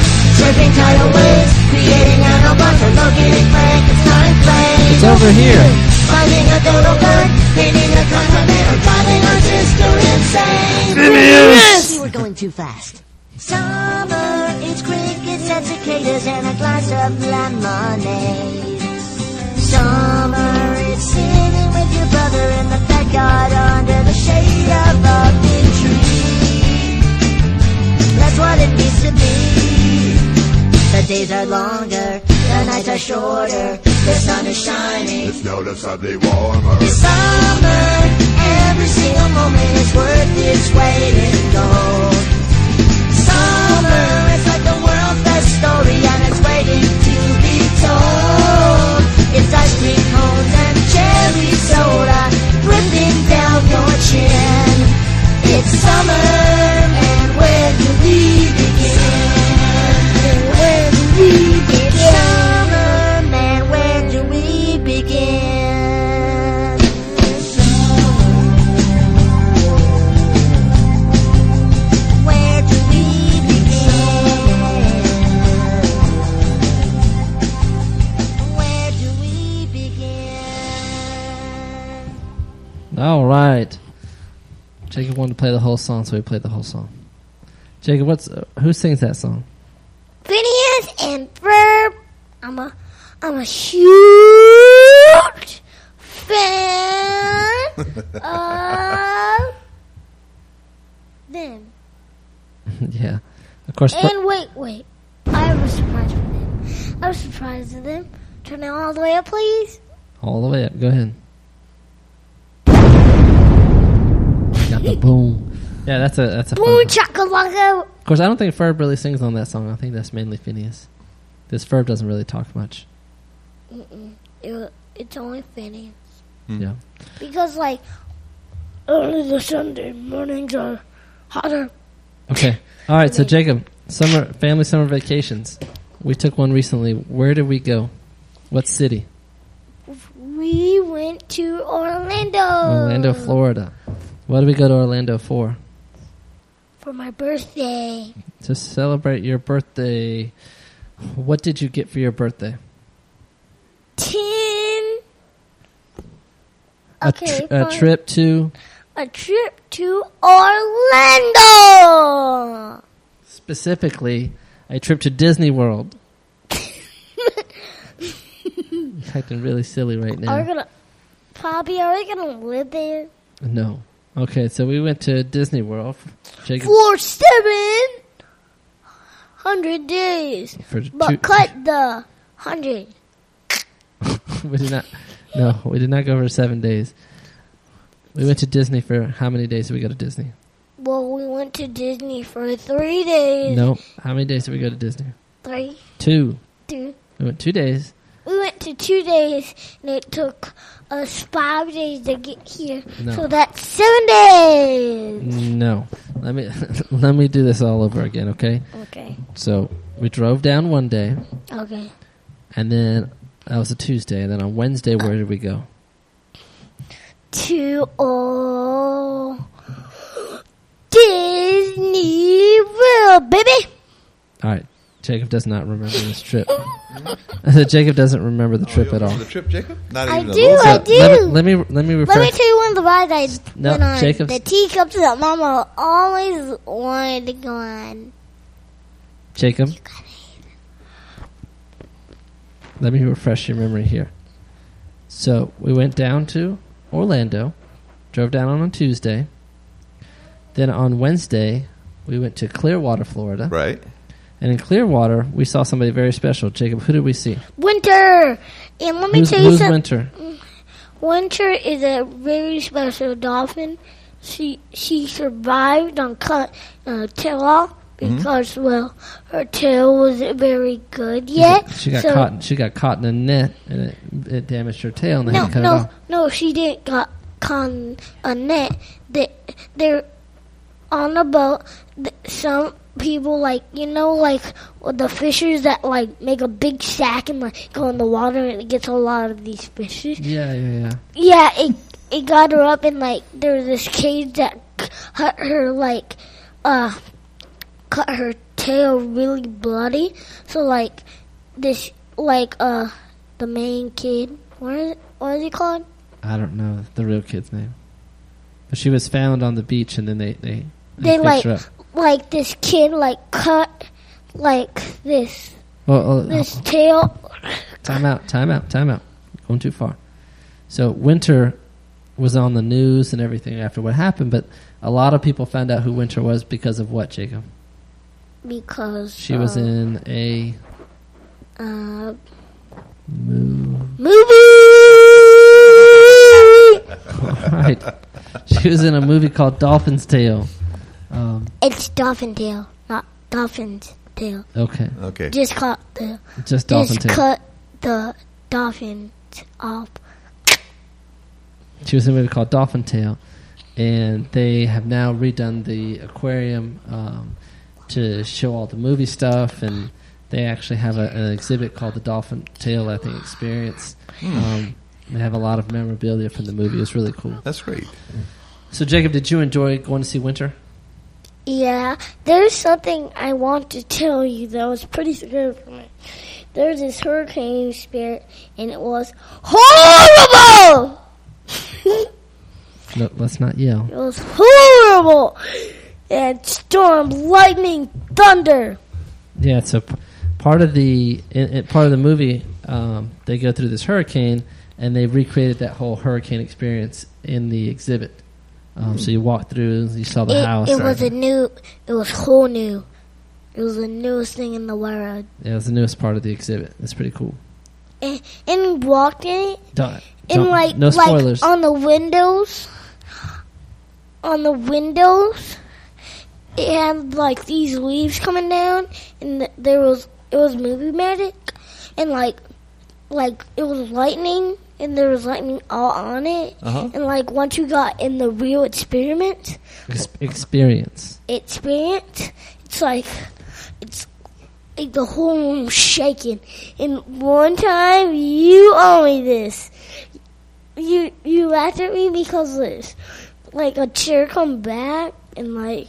S2: surfing tidal waves, creating nanobots and locating Frankenstein planes.
S1: It's over here.
S2: Finding a dodo bird, painting a continent, or driving our sister insane.
S17: Phineas!
S2: You were going too fast. Summer, it's crickets and cicadas and a glass of lemonade. Summer, it's sitting with your brother in the backyard under the shade of a big tree. That's what it needs to be. The days are longer, the nights are shorter, the sun is shining.
S20: It's noticeably warmer.
S2: Summer, every single moment is worth its weight in gold. Summer, it's like the world's best story and it's waiting to be told. It's ice cream cones and cherry soda dripping down your chin. It's summer
S1: right. Jacob wanted to play the whole song, so he played the whole song. Jacob, what's uh, who sings that song?
S2: Phineas and Ferb. I'm a I'm a huge fan of them.
S1: yeah, of course. Fer-
S2: And wait, wait. I was surprised for them. I was surprised at them. Turn it all the way up, please.
S1: all the way up. Go ahead. Got the boom. Yeah, that's a that's a. fun-
S2: Boom chakalaka.
S1: Of course, I don't think Ferb really sings on that song. I think that's mainly Phineas. This Ferb doesn't really talk much.
S2: Mm-mm. It, it's only Phineas.
S1: Yeah.
S2: Because, like, only the Sunday mornings are hotter.
S1: Okay. All right. So Jacob, summer family summer vacations. We took one recently. Where did we go? What city?
S2: We went to Orlando. Uh.
S1: Orlando, Florida. What did we go to Orlando for?
S2: For my birthday.
S1: To celebrate your birthday. What did you get for your birthday?
S2: Ten.
S1: A, tr-
S2: Okay,
S1: a
S2: fine.
S1: trip to
S2: A trip to Orlando.
S1: specifically a trip to Disney World. You're acting really silly right now.
S2: Are we gonna, Poppy? Are we gonna live there
S1: No. Okay, so we went to Disney World. Jacob,
S2: for seven hundred days?
S1: For
S2: but
S1: two-
S2: cut the hundred.
S1: we did not. No, we did not go for seven days. We went to Disney for how many days did we go to Disney?
S2: Well, we went to Disney for three days.
S1: No. How many days did we go to Disney?
S2: Three,
S1: Two.
S2: two.
S1: We went two days.
S2: We went to two days, and it took us five days to get here.
S1: No.
S2: So that's seven days.
S1: No. Let me let me do this all over again, okay?
S2: Okay.
S1: So we drove down one day,
S2: Okay.
S1: and then that was a Tuesday, and then on Wednesday, where did we go?
S2: To all Disney World, baby.
S1: All right, Jacob does not remember this trip. so Jacob doesn't remember the trip at all.
S4: The trip, Jacob? Not
S2: I
S4: even a
S2: do,
S4: little
S2: I
S4: bit.
S2: do.
S1: Let me let me, let me
S2: Let me
S1: refresh.
S2: tell you one of the rides I
S1: No,
S2: went on.
S1: Jacob's-
S2: The teacups that Mama always wanted to go on.
S1: Jacob, let me refresh your memory here. So we went down to Orlando, drove down on a Tuesday. Then on Wednesday, we went to Clearwater, Florida.
S4: Right.
S1: And in Clearwater, we saw somebody very special. Jacob, who did we see?
S2: Winter. And let me
S1: Who's-
S2: tell you
S1: who's
S2: something.
S1: Winter?
S2: Winter is a very special dolphin. She she survived on cut uh, tail off
S1: Mhm.
S2: because well her tail wasn't very good yet.
S1: She got
S2: so-
S1: caught. in- She got caught in a net, and it, it damaged her tail, and they
S2: No,
S1: had to cut it
S2: no,
S1: off.
S2: no. She didn't got con a net. They they're on a boat. Th- Some people like you know like the fishers that like make a big sack and like go in the water and it gets a lot of these fishes.
S1: Yeah, yeah, yeah.
S2: Yeah, it it got her up and like there was this cage that cut her like uh cut her tail really bloody. So like this like uh the main kid what is what is he called?
S1: I don't know the real kid's name, but she was found on the beach, and then they they
S2: They
S1: picked
S2: like
S1: her up.
S2: like this kid like cut like this
S1: Well, uh,
S2: this tail
S1: Time out, time out, time out. Going too far. So Winter was on the news and everything after what happened, but a lot of people found out who Winter was because of what, Jacob?
S2: because
S1: She was in a
S2: uh
S1: right. She was in a movie called Dolphin's Tale. Um,
S2: it's dolphin tail, not dolphin's tail.
S1: okay.
S2: Just cut the.
S1: Just dolphin tail.
S2: cut the dolphins off.
S1: She was in a movie called Dolphin Tale, and they have now redone the aquarium um, to show all the movie stuff, and they actually have a, an exhibit called the Dolphin Tale, I think, Experience.
S4: Hmm.
S1: Um, they have a lot of memorabilia from the movie. It's really cool.
S4: That's great.
S1: So, Jacob, did you enjoy going to see Winter?
S2: Yeah, there's something I want to tell you that was pretty scary for me. There's this hurricane spirit, and it was horrible.
S1: No, let's not yell.
S2: It was horrible. And storm, lightning, thunder.
S1: Yeah, so p- part of the in, in part of the movie, um, they go through this hurricane, and they recreated that whole hurricane experience in the exhibit. Um, So you walk through, you saw the
S2: it,
S1: house.
S2: it was a new. It was whole new. It was the newest thing in the world.
S1: yeah, it was the newest part of the exhibit. It's pretty cool.
S2: And, and we walked in it.
S1: Don't,
S2: And
S1: don't-
S2: like
S1: no spoilers.
S2: like on the windows, on the windows, it had like these leaves coming down, and th- there was it was movie magic, and like like it was lightning, and there was lightning all on it,
S1: Uh-huh.
S2: and like once you got in the real experiment
S1: Ex- experience.
S2: experience, it's like it's. Like the whole room shaking, and one time you owe me this you you laughed at me because this like a chair come back and like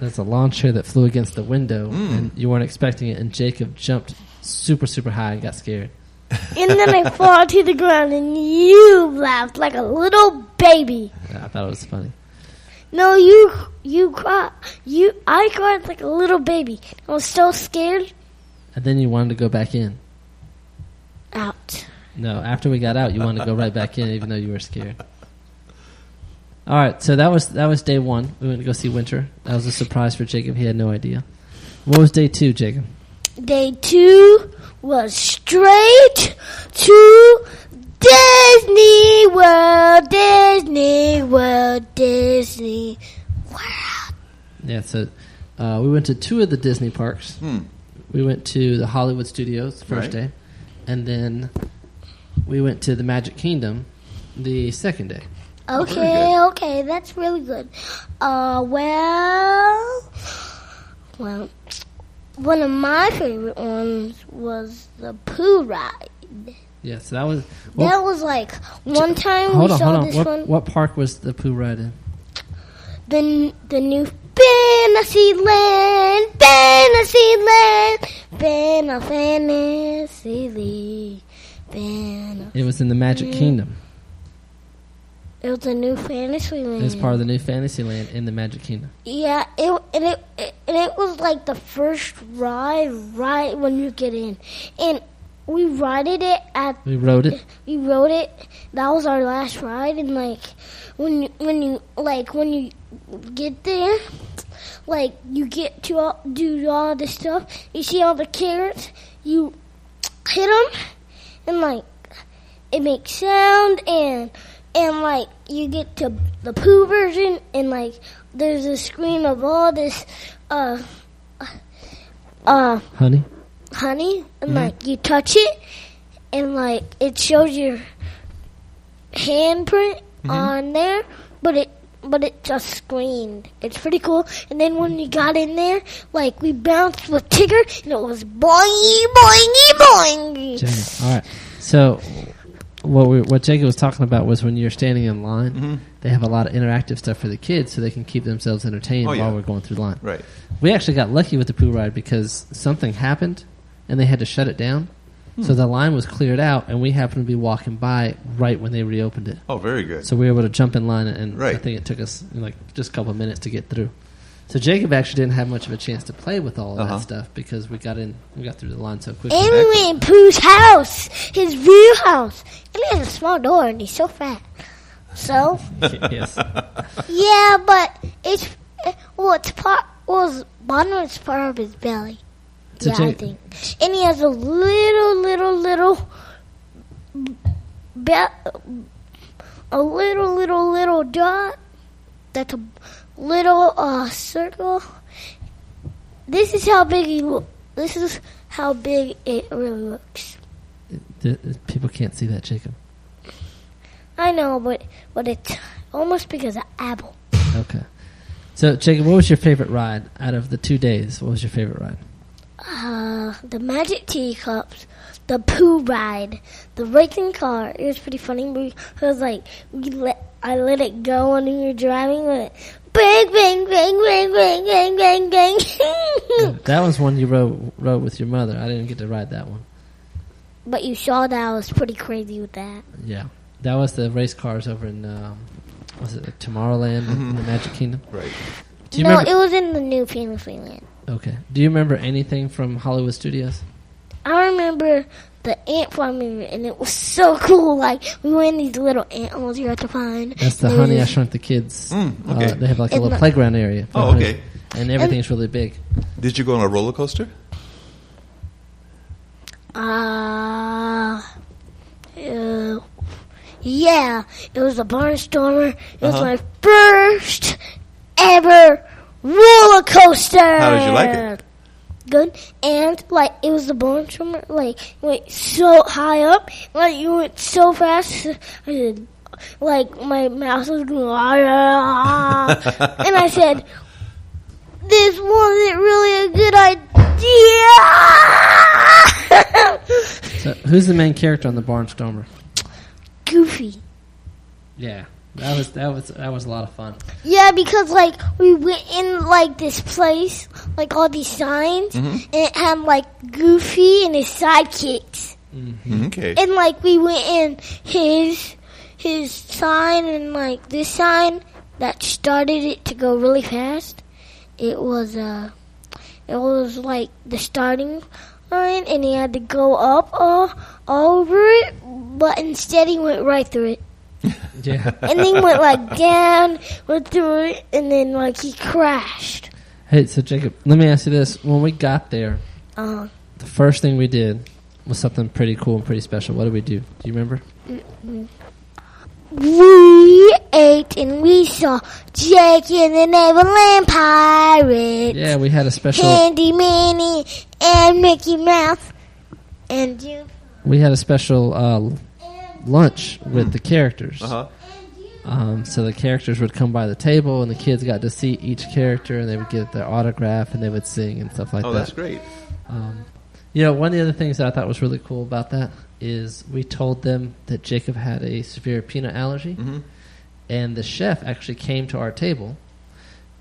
S1: There's a lawn chair that flew against the window, and you weren't expecting it, and Jacob jumped super, super high and got scared.
S2: and then I fall to the ground and you laughed like a little baby.
S1: I thought it was funny.
S2: No, you you cried you I cried like a little baby. I was so scared
S1: And then you wanted to go back in.
S2: out.
S1: No, after we got out, you wanted to go right back in, even though you were scared. All right, so that was that was day one. We went to go see Winter. That was a surprise for Jacob. He had no idea. What was day two, Jacob?
S2: Day two was straight to Disney World, Disney World, Disney.
S1: Yeah, so uh, we went to two of the Disney parks. We went to the Hollywood Studios the first
S2: Right.
S1: day, and then we went to the Magic Kingdom the second day.
S2: Okay, okay, that's really good. Uh, well, well, one of my favorite ones was the poo ride.
S1: Yeah, so that was.
S2: that was like one time
S1: hold
S2: Oh, we
S1: on,
S2: saw
S1: hold on.
S2: this
S1: What,
S2: one.
S1: what park was the poo ride in?
S2: The n- the new Fantasyland, Fantasyland, Fanta Fantasyland, Fanta.
S1: It was in the Magic
S2: Mm.
S1: Kingdom.
S2: It was a new Fantasyland.
S1: It was part of
S2: Mm.
S1: the new Fantasyland in the Magic Kingdom.
S2: Yeah, it and it and it was like the first ride right when you get in, and we rided it at
S1: We rode it.
S2: we rode it. That was our last ride, and like when you, when you like when you get there, like you get to all, do all this stuff. You see all the carrots. You hit them, and like it makes sound, and and like you get to the poo version, and like there's a screen of all this uh uh
S1: Honey?
S2: honey, and like you touch it, and like it shows your handprint on there, but it but it just screened. It's pretty cool. And then when you got in there, like we bounced with Tigger, and it was boingy boingy boingy.
S1: Jacob. All right. So, what we, what Jacob was talking about was when you're standing in line,
S4: Mm-hmm.
S1: they have a lot of interactive stuff for the kids so they can keep themselves entertained
S4: Oh, yeah.
S1: while we're going through line.
S4: Right.
S1: We actually got lucky with the poo ride because something happened and they had to shut it down. So
S4: Hmm.
S1: the line was cleared out, and we happened to be walking by right when they reopened it.
S4: Oh, very good.
S1: So we were able to jump in line, and I
S4: Right.
S1: think it took us like just a couple of minutes to get through. So Jacob actually didn't have much of a chance to play with all of
S4: Uh-huh.
S1: that stuff because we got in, we got through the line so quickly.
S2: And we went in Pooh's house, his real house. And he has a small door, and he's so fat. So
S1: yes.
S2: yeah, but it's eh, well, it's part was bottom is part of his belly.
S1: So
S2: yeah, I
S1: Jake-
S2: think. And he has a little, little, little, be- a little, little, little dot. That's a little uh, circle. This is how big he look. This is how big it really looks.
S1: Th- people can't see that, Jacob.
S2: I know, but but it's almost big as an apple.
S1: Okay. So, Jacob, what was your favorite ride out of the two days? What was your favorite ride?
S2: Uh, the magic teacups, the poo ride, the racing car. It was pretty funny because like we let I let it go when we were driving. It bang bang bang bang bang bang bang bang.
S1: that was one you rode rode with your mother. I didn't get to ride that one.
S2: but you saw that I was pretty crazy with that.
S1: Yeah. That was the race cars over in um, was it Tomorrowland in the Magic Kingdom?
S4: Mm-hmm. Right.
S1: Do you
S2: no,
S1: remember?
S2: it was in the new Fantasy Land.
S1: okay. Do you remember anything from Hollywood Studios?
S2: I remember the ant farming, and it was so cool. Like we were in these little ant holes you had to find.
S1: That's the
S2: And it
S1: Honey I
S2: was-
S1: Shrunk the Kids.
S4: Mm, okay.
S1: uh, they have like a
S2: And
S1: little
S2: the-
S1: playground area. for
S4: Oh,
S1: honey-
S4: okay.
S1: And everything's really big.
S4: Did you go on a roller coaster?
S2: Ah, uh, yeah, it was a barnstormer. It was
S4: Uh-huh.
S2: my first ever roller coaster.
S4: How did you like it?
S2: Good. And like it was the barnstormer, like it went so high up, like you went so fast. I said, like my mouth was going, Uh, and I said, "This wasn't really a good idea."
S1: So, Uh, who's the main character on the Barnstormer?
S2: Goofy.
S1: Yeah, that was that was that was a lot of fun.
S2: Yeah, because like we went in like this place, like all these signs,
S1: Mhm.
S2: and it had like Goofy and his sidekicks,
S4: Mm-hmm. Okay.
S2: and like we went in his his sign and like this sign that started it to go really fast. It was uh, it was like the starting line, and he had to go up all, all over it, but instead he went right through it
S1: Yeah.
S2: and then went like down, went through it, and then like he crashed.
S1: Hey, so Jacob, let me ask you this: When we got there,
S2: Uh,
S1: the first thing we did was something pretty cool and pretty special. What did we do? Do you remember?
S2: we ate and we saw Jake and the Neverland Pirates,
S1: Yeah, we had a special.
S2: Candy Minnie, and Mickey Mouse, and you.
S1: We had a special uh, lunch with the characters.
S4: Uh-huh.
S1: Um, so the characters would come by the table, and the kids got to see each character, and they would get their autograph, and they would sing and stuff like
S4: oh,
S1: that.
S4: that's great.
S1: Um, you know, one of the other things that I thought was really cool about that is we told them that Jacob had a severe peanut allergy, and the chef actually came to our table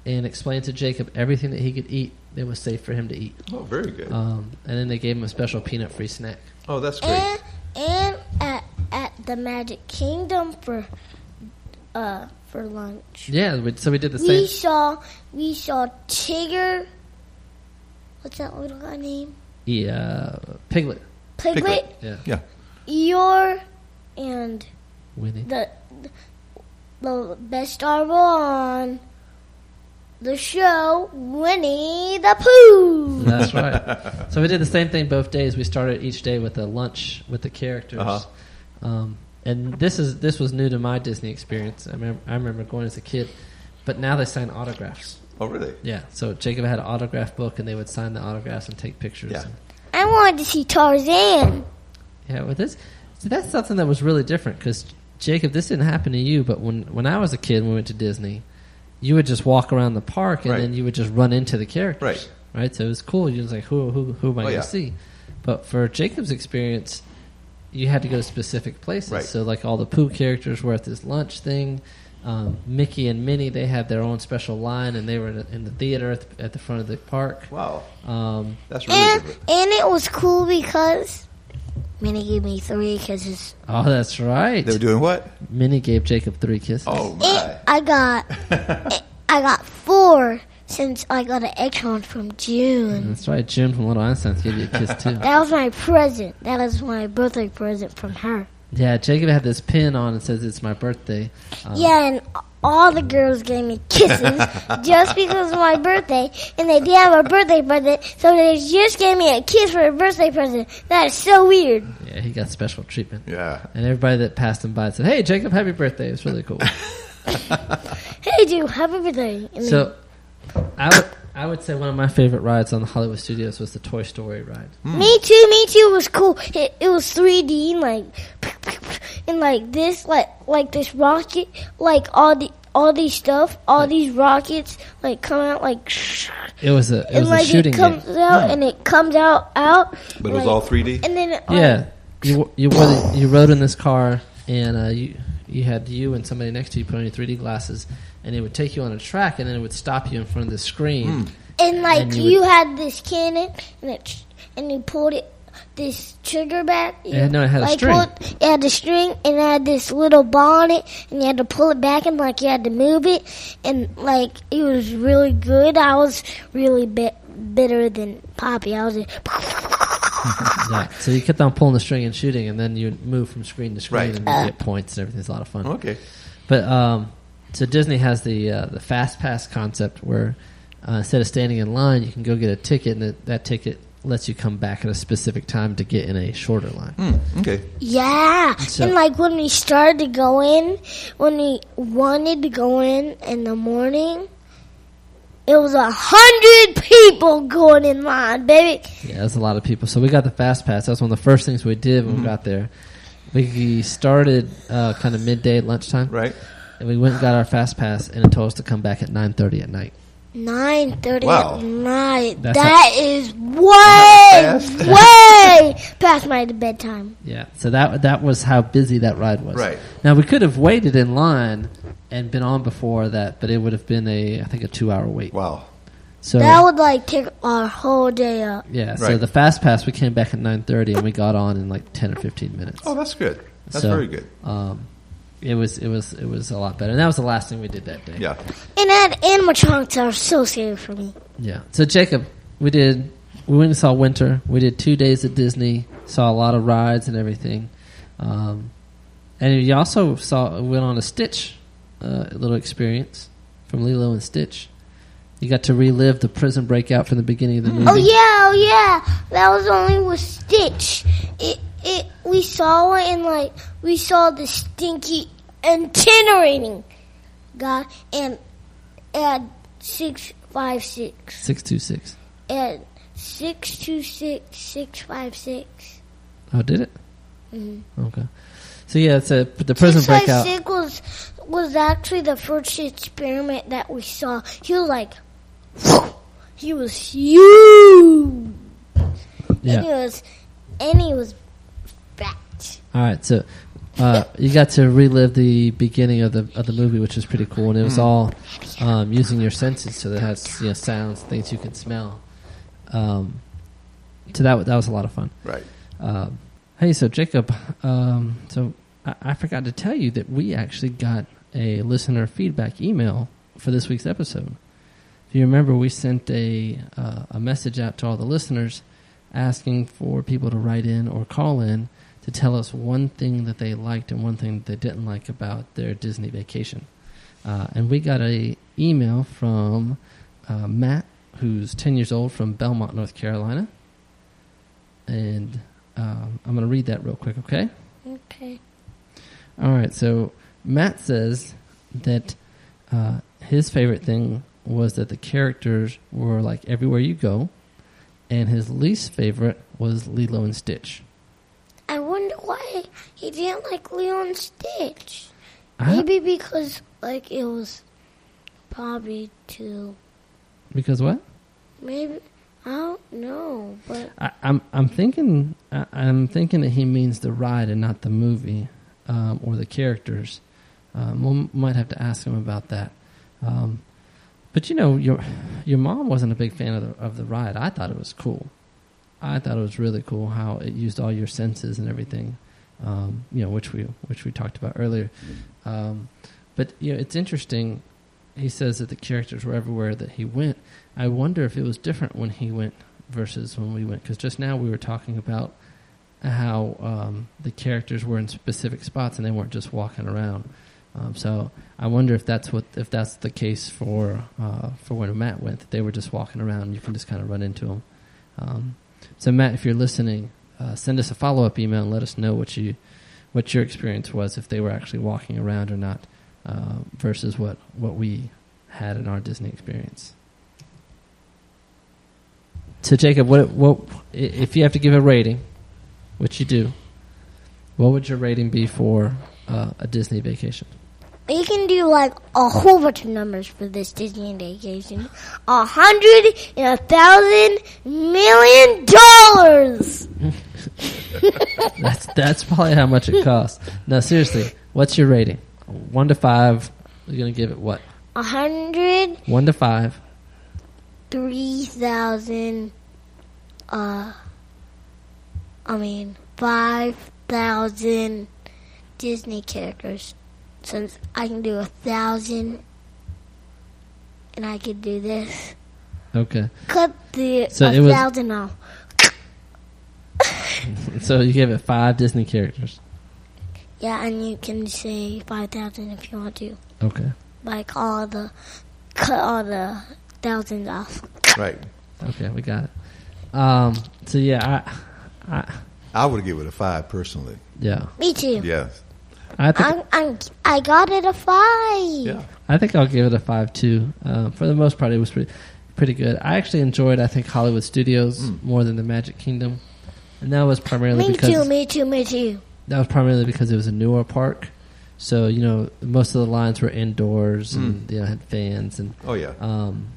S1: and explained to Jacob everything that he could eat that was safe for him to eat.
S4: Oh, very good.
S1: Um, and then they gave him a special peanut-free snack.
S4: Oh, that's great.
S2: And, and at at the Magic Kingdom for uh for lunch,
S1: Yeah, we, so we did the
S2: we
S1: same.
S2: saw we saw Tigger. What's that little guy name?
S1: Yeah, uh, piglet.
S2: Piglet.
S1: Yeah.
S4: Yeah.
S2: Eeyore and
S1: Winnie.
S2: the the best armor on the show, Winnie the Pooh.
S1: That's right. so we did the same thing both days. We started each day with a lunch with the characters.
S4: Uh-huh.
S1: Um, and this is this was new to my Disney experience. I remember, I remember going as a kid, but now they sign autographs.
S4: Oh, really?
S1: Yeah. So Jacob had an autograph book, and they would sign the autographs and take pictures.
S4: Yeah.
S2: I wanted to see Tarzan.
S1: Yeah, with this, so that's something that was really different because Jacob, this didn't happen to you, but when when I was a kid, and we went to Disney, you would just walk around the park and
S4: Right.
S1: then you would just run into the characters,
S4: Right.
S1: Right, so it was cool. You was like, who who who am I
S4: Oh,
S1: going to
S4: yeah.
S1: see? But for Jacob's experience, you had to go to specific places.
S4: Right.
S1: So like all the Pooh characters were at this lunch thing. Um, Mickey and Minnie, they had their own special line, and they were in the, in the theater at the, at the front of the park.
S4: Wow.
S1: Um,
S4: That's really
S2: And,
S4: different.
S2: and it was cool because Minnie gave me three kisses.
S1: oh, that's right.
S4: They were doing what?
S1: Minnie gave Jacob three kisses.
S4: Oh,
S2: And
S4: my.
S2: I got I got four since I got an egg hunt from June.
S1: That's right. Jim from Little Einsteins gave you a kiss too.
S2: That was my present. That was my birthday present from her.
S1: yeah, Jacob had this pin on and says it's my birthday. Um,
S2: Yeah, and all the girls gave me kisses just because of my birthday, and they did have a birthday present, so they just gave me a kiss for a birthday present. That is so weird.
S1: yeah, he got special treatment.
S4: Yeah.
S1: And everybody that passed him by said, "Hey, Jacob, happy birthday!" It was really cool.
S2: Hey, dude, happy birthday! And then-
S1: so, I would I would say one of my favorite rides on the Hollywood Studios was the Toy Story ride.
S2: me too, me too was cool. It, it was 3D and like, and like this, like like this rocket, like all the all these stuff, all these rockets like come out like,
S1: It was a it
S2: and
S1: was
S2: like
S1: a shooting
S2: it comes
S1: game.
S2: out and it comes out out.
S4: But it was
S2: like-
S4: all 3D?
S2: And then it,
S1: Yeah, you w- you wore the, you rode in this car and uh, you you had you and somebody next to you put on your 3D glasses, and it would take you on a track, and then it would stop you in front of the screen.
S2: And like
S1: And you
S2: you,
S1: would-
S2: had this cannon, and it, and you pulled it this trigger back.
S1: Yeah, no, it had a
S2: like,
S1: string.
S2: pull it- it had a string and it had this little ball on it, and you had to pull it back and like you had to move it, and like it was really good. I was really bit better than Poppy. I was like,
S1: Yeah. So you kept on pulling the string and shooting, and then you move from screen to screen
S2: Right.
S1: and you get points and everything's a lot of fun.
S4: Okay.
S1: But um, so Disney has the uh, the fast pass concept where uh, instead of standing in line, you can go get a ticket, and that, that ticket lets you come back at a specific time to get in a shorter line.
S4: Hmm. okay.
S2: Yeah,
S1: So-
S2: and like when we started to go in, when we wanted to go in in the morning, it was a hundred people going in line, baby.
S1: Yeah, that's a lot of people. So we got the fast pass. That's one of the first things we did when
S4: Mhm.
S1: we got there. We started uh, kind of midday at lunchtime,
S4: right?
S1: And we went and got our fast pass, and it told us to come back at nine thirty at night.
S2: Nine thirty
S1: Wow.
S2: at night.
S1: That's
S2: That is way, way past my bedtime.
S1: Yeah. So that that was how busy that ride was.
S4: Right.
S1: Now we could have waited in line and been on before that, but it would have been a I think a two hour wait.
S4: Wow.
S1: So
S2: that would like take our whole day up.
S1: yeah. So the fast pass, we came back at nine thirty, and we got on in like ten or fifteen minutes.
S4: Oh, that's good. That's
S1: So,
S4: very good.
S1: Um, it was it was it was a lot better, and that was the last thing we did that day.
S4: Yeah.
S2: and that animatronics are so scary for me.
S1: Yeah. So Jacob, we did. We went and saw Winter. We did two days at Disney. Saw a lot of rides and everything. Um, and we also saw went on a Stitch uh, little experience from Lilo and Stitch. You got to relive the prison breakout from the beginning of the movie.
S2: Oh yeah, oh yeah. That was only with Stitch. It it we saw it and like we saw the stinky incinerating guy and at six five six
S1: Six two six.
S2: at six two six six five six.
S1: Oh, did it?
S2: Mhm.
S1: Okay. So yeah, it's a the prison
S2: six
S1: breakout.
S2: five six was was actually the first experiment that we saw. He was like, he was huge. And he
S1: Yeah.
S2: was, and he was fat.
S1: All right. So uh, you got to relive the beginning of the of the movie, which was pretty cool, and it was
S4: Mm.
S1: all um, using your senses. So they had you know sounds, things you can smell. Um, so that wa- that was a lot of fun.
S4: Right.
S1: Um, hey, so Jacob, um, so I, I forgot to tell you that we actually got a listener feedback email for this week's episode. If you remember, we sent a uh, a message out to all the listeners asking for people to write in or call in to tell us one thing that they liked and one thing that they didn't like about their Disney vacation. Uh, and we got a email from uh, Matt, who's ten years old from Belmont, North Carolina, and um, I'm going to read that real quick, okay?
S2: Okay.
S1: All right. So Matt says that uh, his favorite thing was that the characters were like everywhere you go, and his least favorite was Lilo and Stitch.
S2: I wonder why he didn't like Leon Stitch.
S1: I-
S2: Maybe because like it was probably too.
S1: Because what?
S2: Maybe I don't know, but
S1: I, I'm I'm thinking I, I'm thinking that he means the ride and not the movie um, or the characters. Um, we might have to ask him about that. Um, but you know your your mom wasn't a big fan of the of the ride. I thought it was cool. I thought it was really cool how it used all your senses and everything. Um, you know which we which we talked about earlier. Um, but you know it's interesting. He says that the characters were everywhere that he went. I wonder if it was different when he went versus when we went because just now we were talking about how um, the characters were in specific spots and they weren't just walking around. Um, so I wonder if that's what if that's the case for uh, for when Matt went that they were just walking around and you can just kind of run into them. Um, so Matt, if you're listening, uh, send us a follow up email and let us know what you what your experience was if they were actually walking around or not uh, versus what what we had in our Disney experience. So Jacob, what what i- if you have to give a rating, which you do? What would your rating be for uh, a Disney vacation?
S2: we can do like a whole bunch of numbers for this Disney vacation. A hundred and a thousand million dollars.
S1: That's that's probably how much it costs. No, seriously, what's your rating? One to five. You're gonna give it what?
S2: A hundred
S1: One to five.
S2: three thousand uh I mean, 5,000 Disney characters. Since I can do a thousand, and I can do this.
S1: Okay.
S2: Cut the
S1: So it
S2: a
S1: was-
S2: thousand off.
S1: So you gave it five Disney characters.
S2: Yeah, and you can say 5,000 if you want to.
S1: Okay.
S2: Like all the, cut all the thousands off.
S4: Right.
S1: Okay, we got it. Um, so yeah, I, I,
S4: I would give it a five personally.
S1: Yeah.
S2: Me too.
S4: Yes.
S1: I think
S2: I'm, I'm, I got it a five. Yeah.
S1: I think I'll give it a five too. Um, for the most part, it was pretty pretty good. I actually enjoyed I think Hollywood Studios more than the Magic Kingdom, and that was primarily
S2: Me
S1: because
S2: too, me too, me too.
S1: that was primarily because it was a newer park. So you know, most of the lines were indoors and you know had fans and
S4: Oh, yeah.
S1: Um,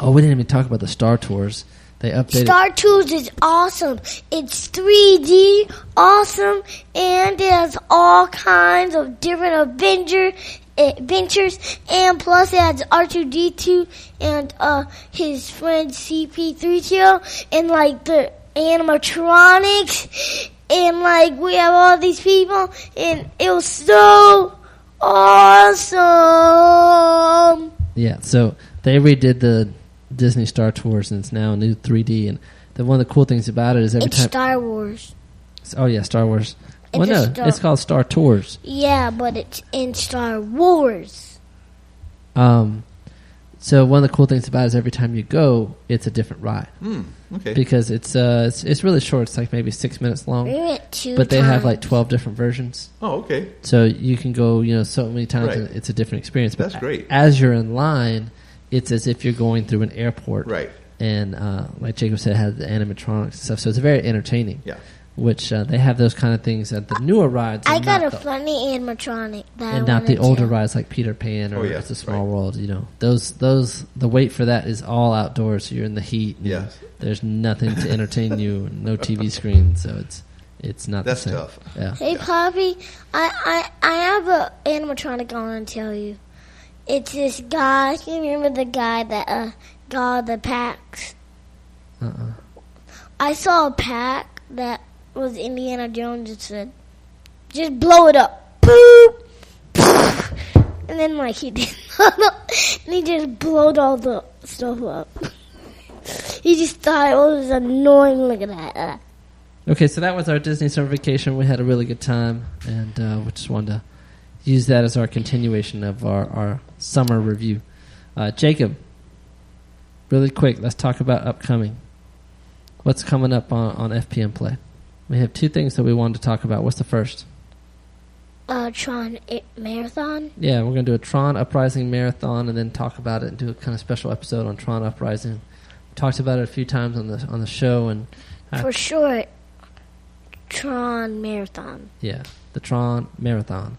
S1: oh, we didn't even talk about the Star Tours. They updated.
S2: Star Tours is awesome. It's 3D, awesome, and it has all kinds of different Avenger adventures. And plus, it has R2D2 and uh, his friend CP3TO, and like the animatronics, and like we have all these people, and it was so awesome.
S1: Yeah, so they redid the Disney Star Tours, and it's now new 3D. And the one of the cool things about it is every
S2: It's
S1: time.
S2: Star Wars.
S1: oh yeah, Star Wars.
S2: It's
S1: well,
S2: a
S1: no,
S2: Star-
S1: it's called Star Tours.
S2: Yeah, but it's in Star Wars.
S1: Um, so one of the cool things about it is every time you go, it's a different ride.
S4: Hmm, okay.
S1: Because it's uh, it's, it's really short. It's like maybe six minutes long.
S2: We went two
S1: but they have
S2: times.
S1: like twelve different versions.
S4: Oh, okay.
S1: So you can go, you know, so many times.
S4: Right.
S1: And it's a different experience.
S4: That's great.
S1: As you're in line, it's as if you're going through an airport.
S4: Right.
S1: And uh, like Jacob said, it had the animatronics and stuff. So it's very entertaining.
S4: Yeah.
S1: Which uh, they have those kind of things at the newer rides.
S2: I
S1: and
S2: got a
S1: not the-
S2: funny animatronic that
S1: and
S2: I
S1: not the
S2: wanted
S1: older
S2: to.
S1: rides like Peter Pan or
S4: Oh, yeah,
S1: It's a Small World. You know, those those the wait for that is all outdoors. you're in the heat. and
S4: Yes.
S1: There's nothing to entertain you. No TV screen, so it's it's not
S4: That's
S1: the same.
S4: tough.
S1: Yeah.
S2: Hey, Poppy, I, I, I have an animatronic I want to tell you. It's this guy. You remember the guy that uh, got the packs?
S1: Uh-uh.
S2: I saw a pack that was Indiana Jones and said, just blow it up. Boop! And then, like, he did. and he just blowed all the stuff up. he just thought it was annoying. Look at that. Uh,
S1: Okay, so that was our Disney summer vacation. We had a really good time, and uh, we just wanted to use that as our continuation of our, our summer review. Uh, Jacob, really quick, let's talk about upcoming. What's coming up on, on FPM Play? We have two things that we wanted to talk about. What's the first?
S2: uh, Tron it, Marathon.
S1: Yeah, we're going to do a Tron Uprising marathon and then talk about it and do a kind of special episode on Tron Uprising. Talked about it a few times on the on the show, and I-
S2: For sure, Tron Marathon.
S1: yeah, the Tron marathon.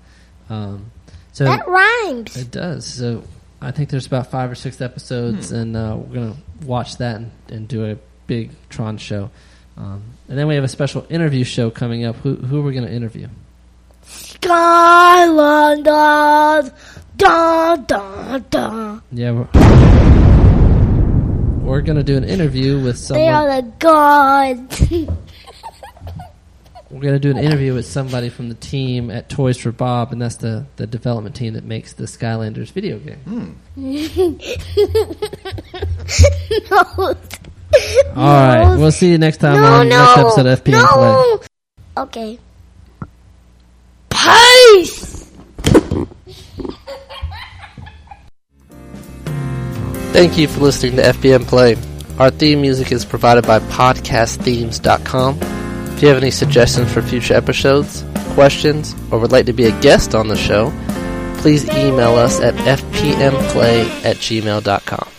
S1: Um, so
S2: that rhymes.
S1: It does. So I think there's about five or six episodes,
S2: Hmm.
S1: and uh, we're gonna watch that and, and do a big Tron show. Um, and then we have a special interview show coming up. Who who are we gonna interview?
S2: Skylanders. Dun, dun, dun.
S1: Yeah, we're, we're gonna do an interview with someone.
S2: They are the gods.
S1: We're going to do an interview with somebody from the team at Toys for Bob, and that's the, the development team that makes the Skylanders video game.
S2: no.
S1: All right, we'll see you next time
S2: No,
S1: on the next
S2: no,
S1: episode of FPN Play.
S2: no. Okay. Peace.
S1: Thank you for listening to FBM Play. Our theme music is provided by podcastthemes.com. If you have any suggestions for future episodes, questions, or would like to be a guest on the show, please email us at fpmplay at gmail.com.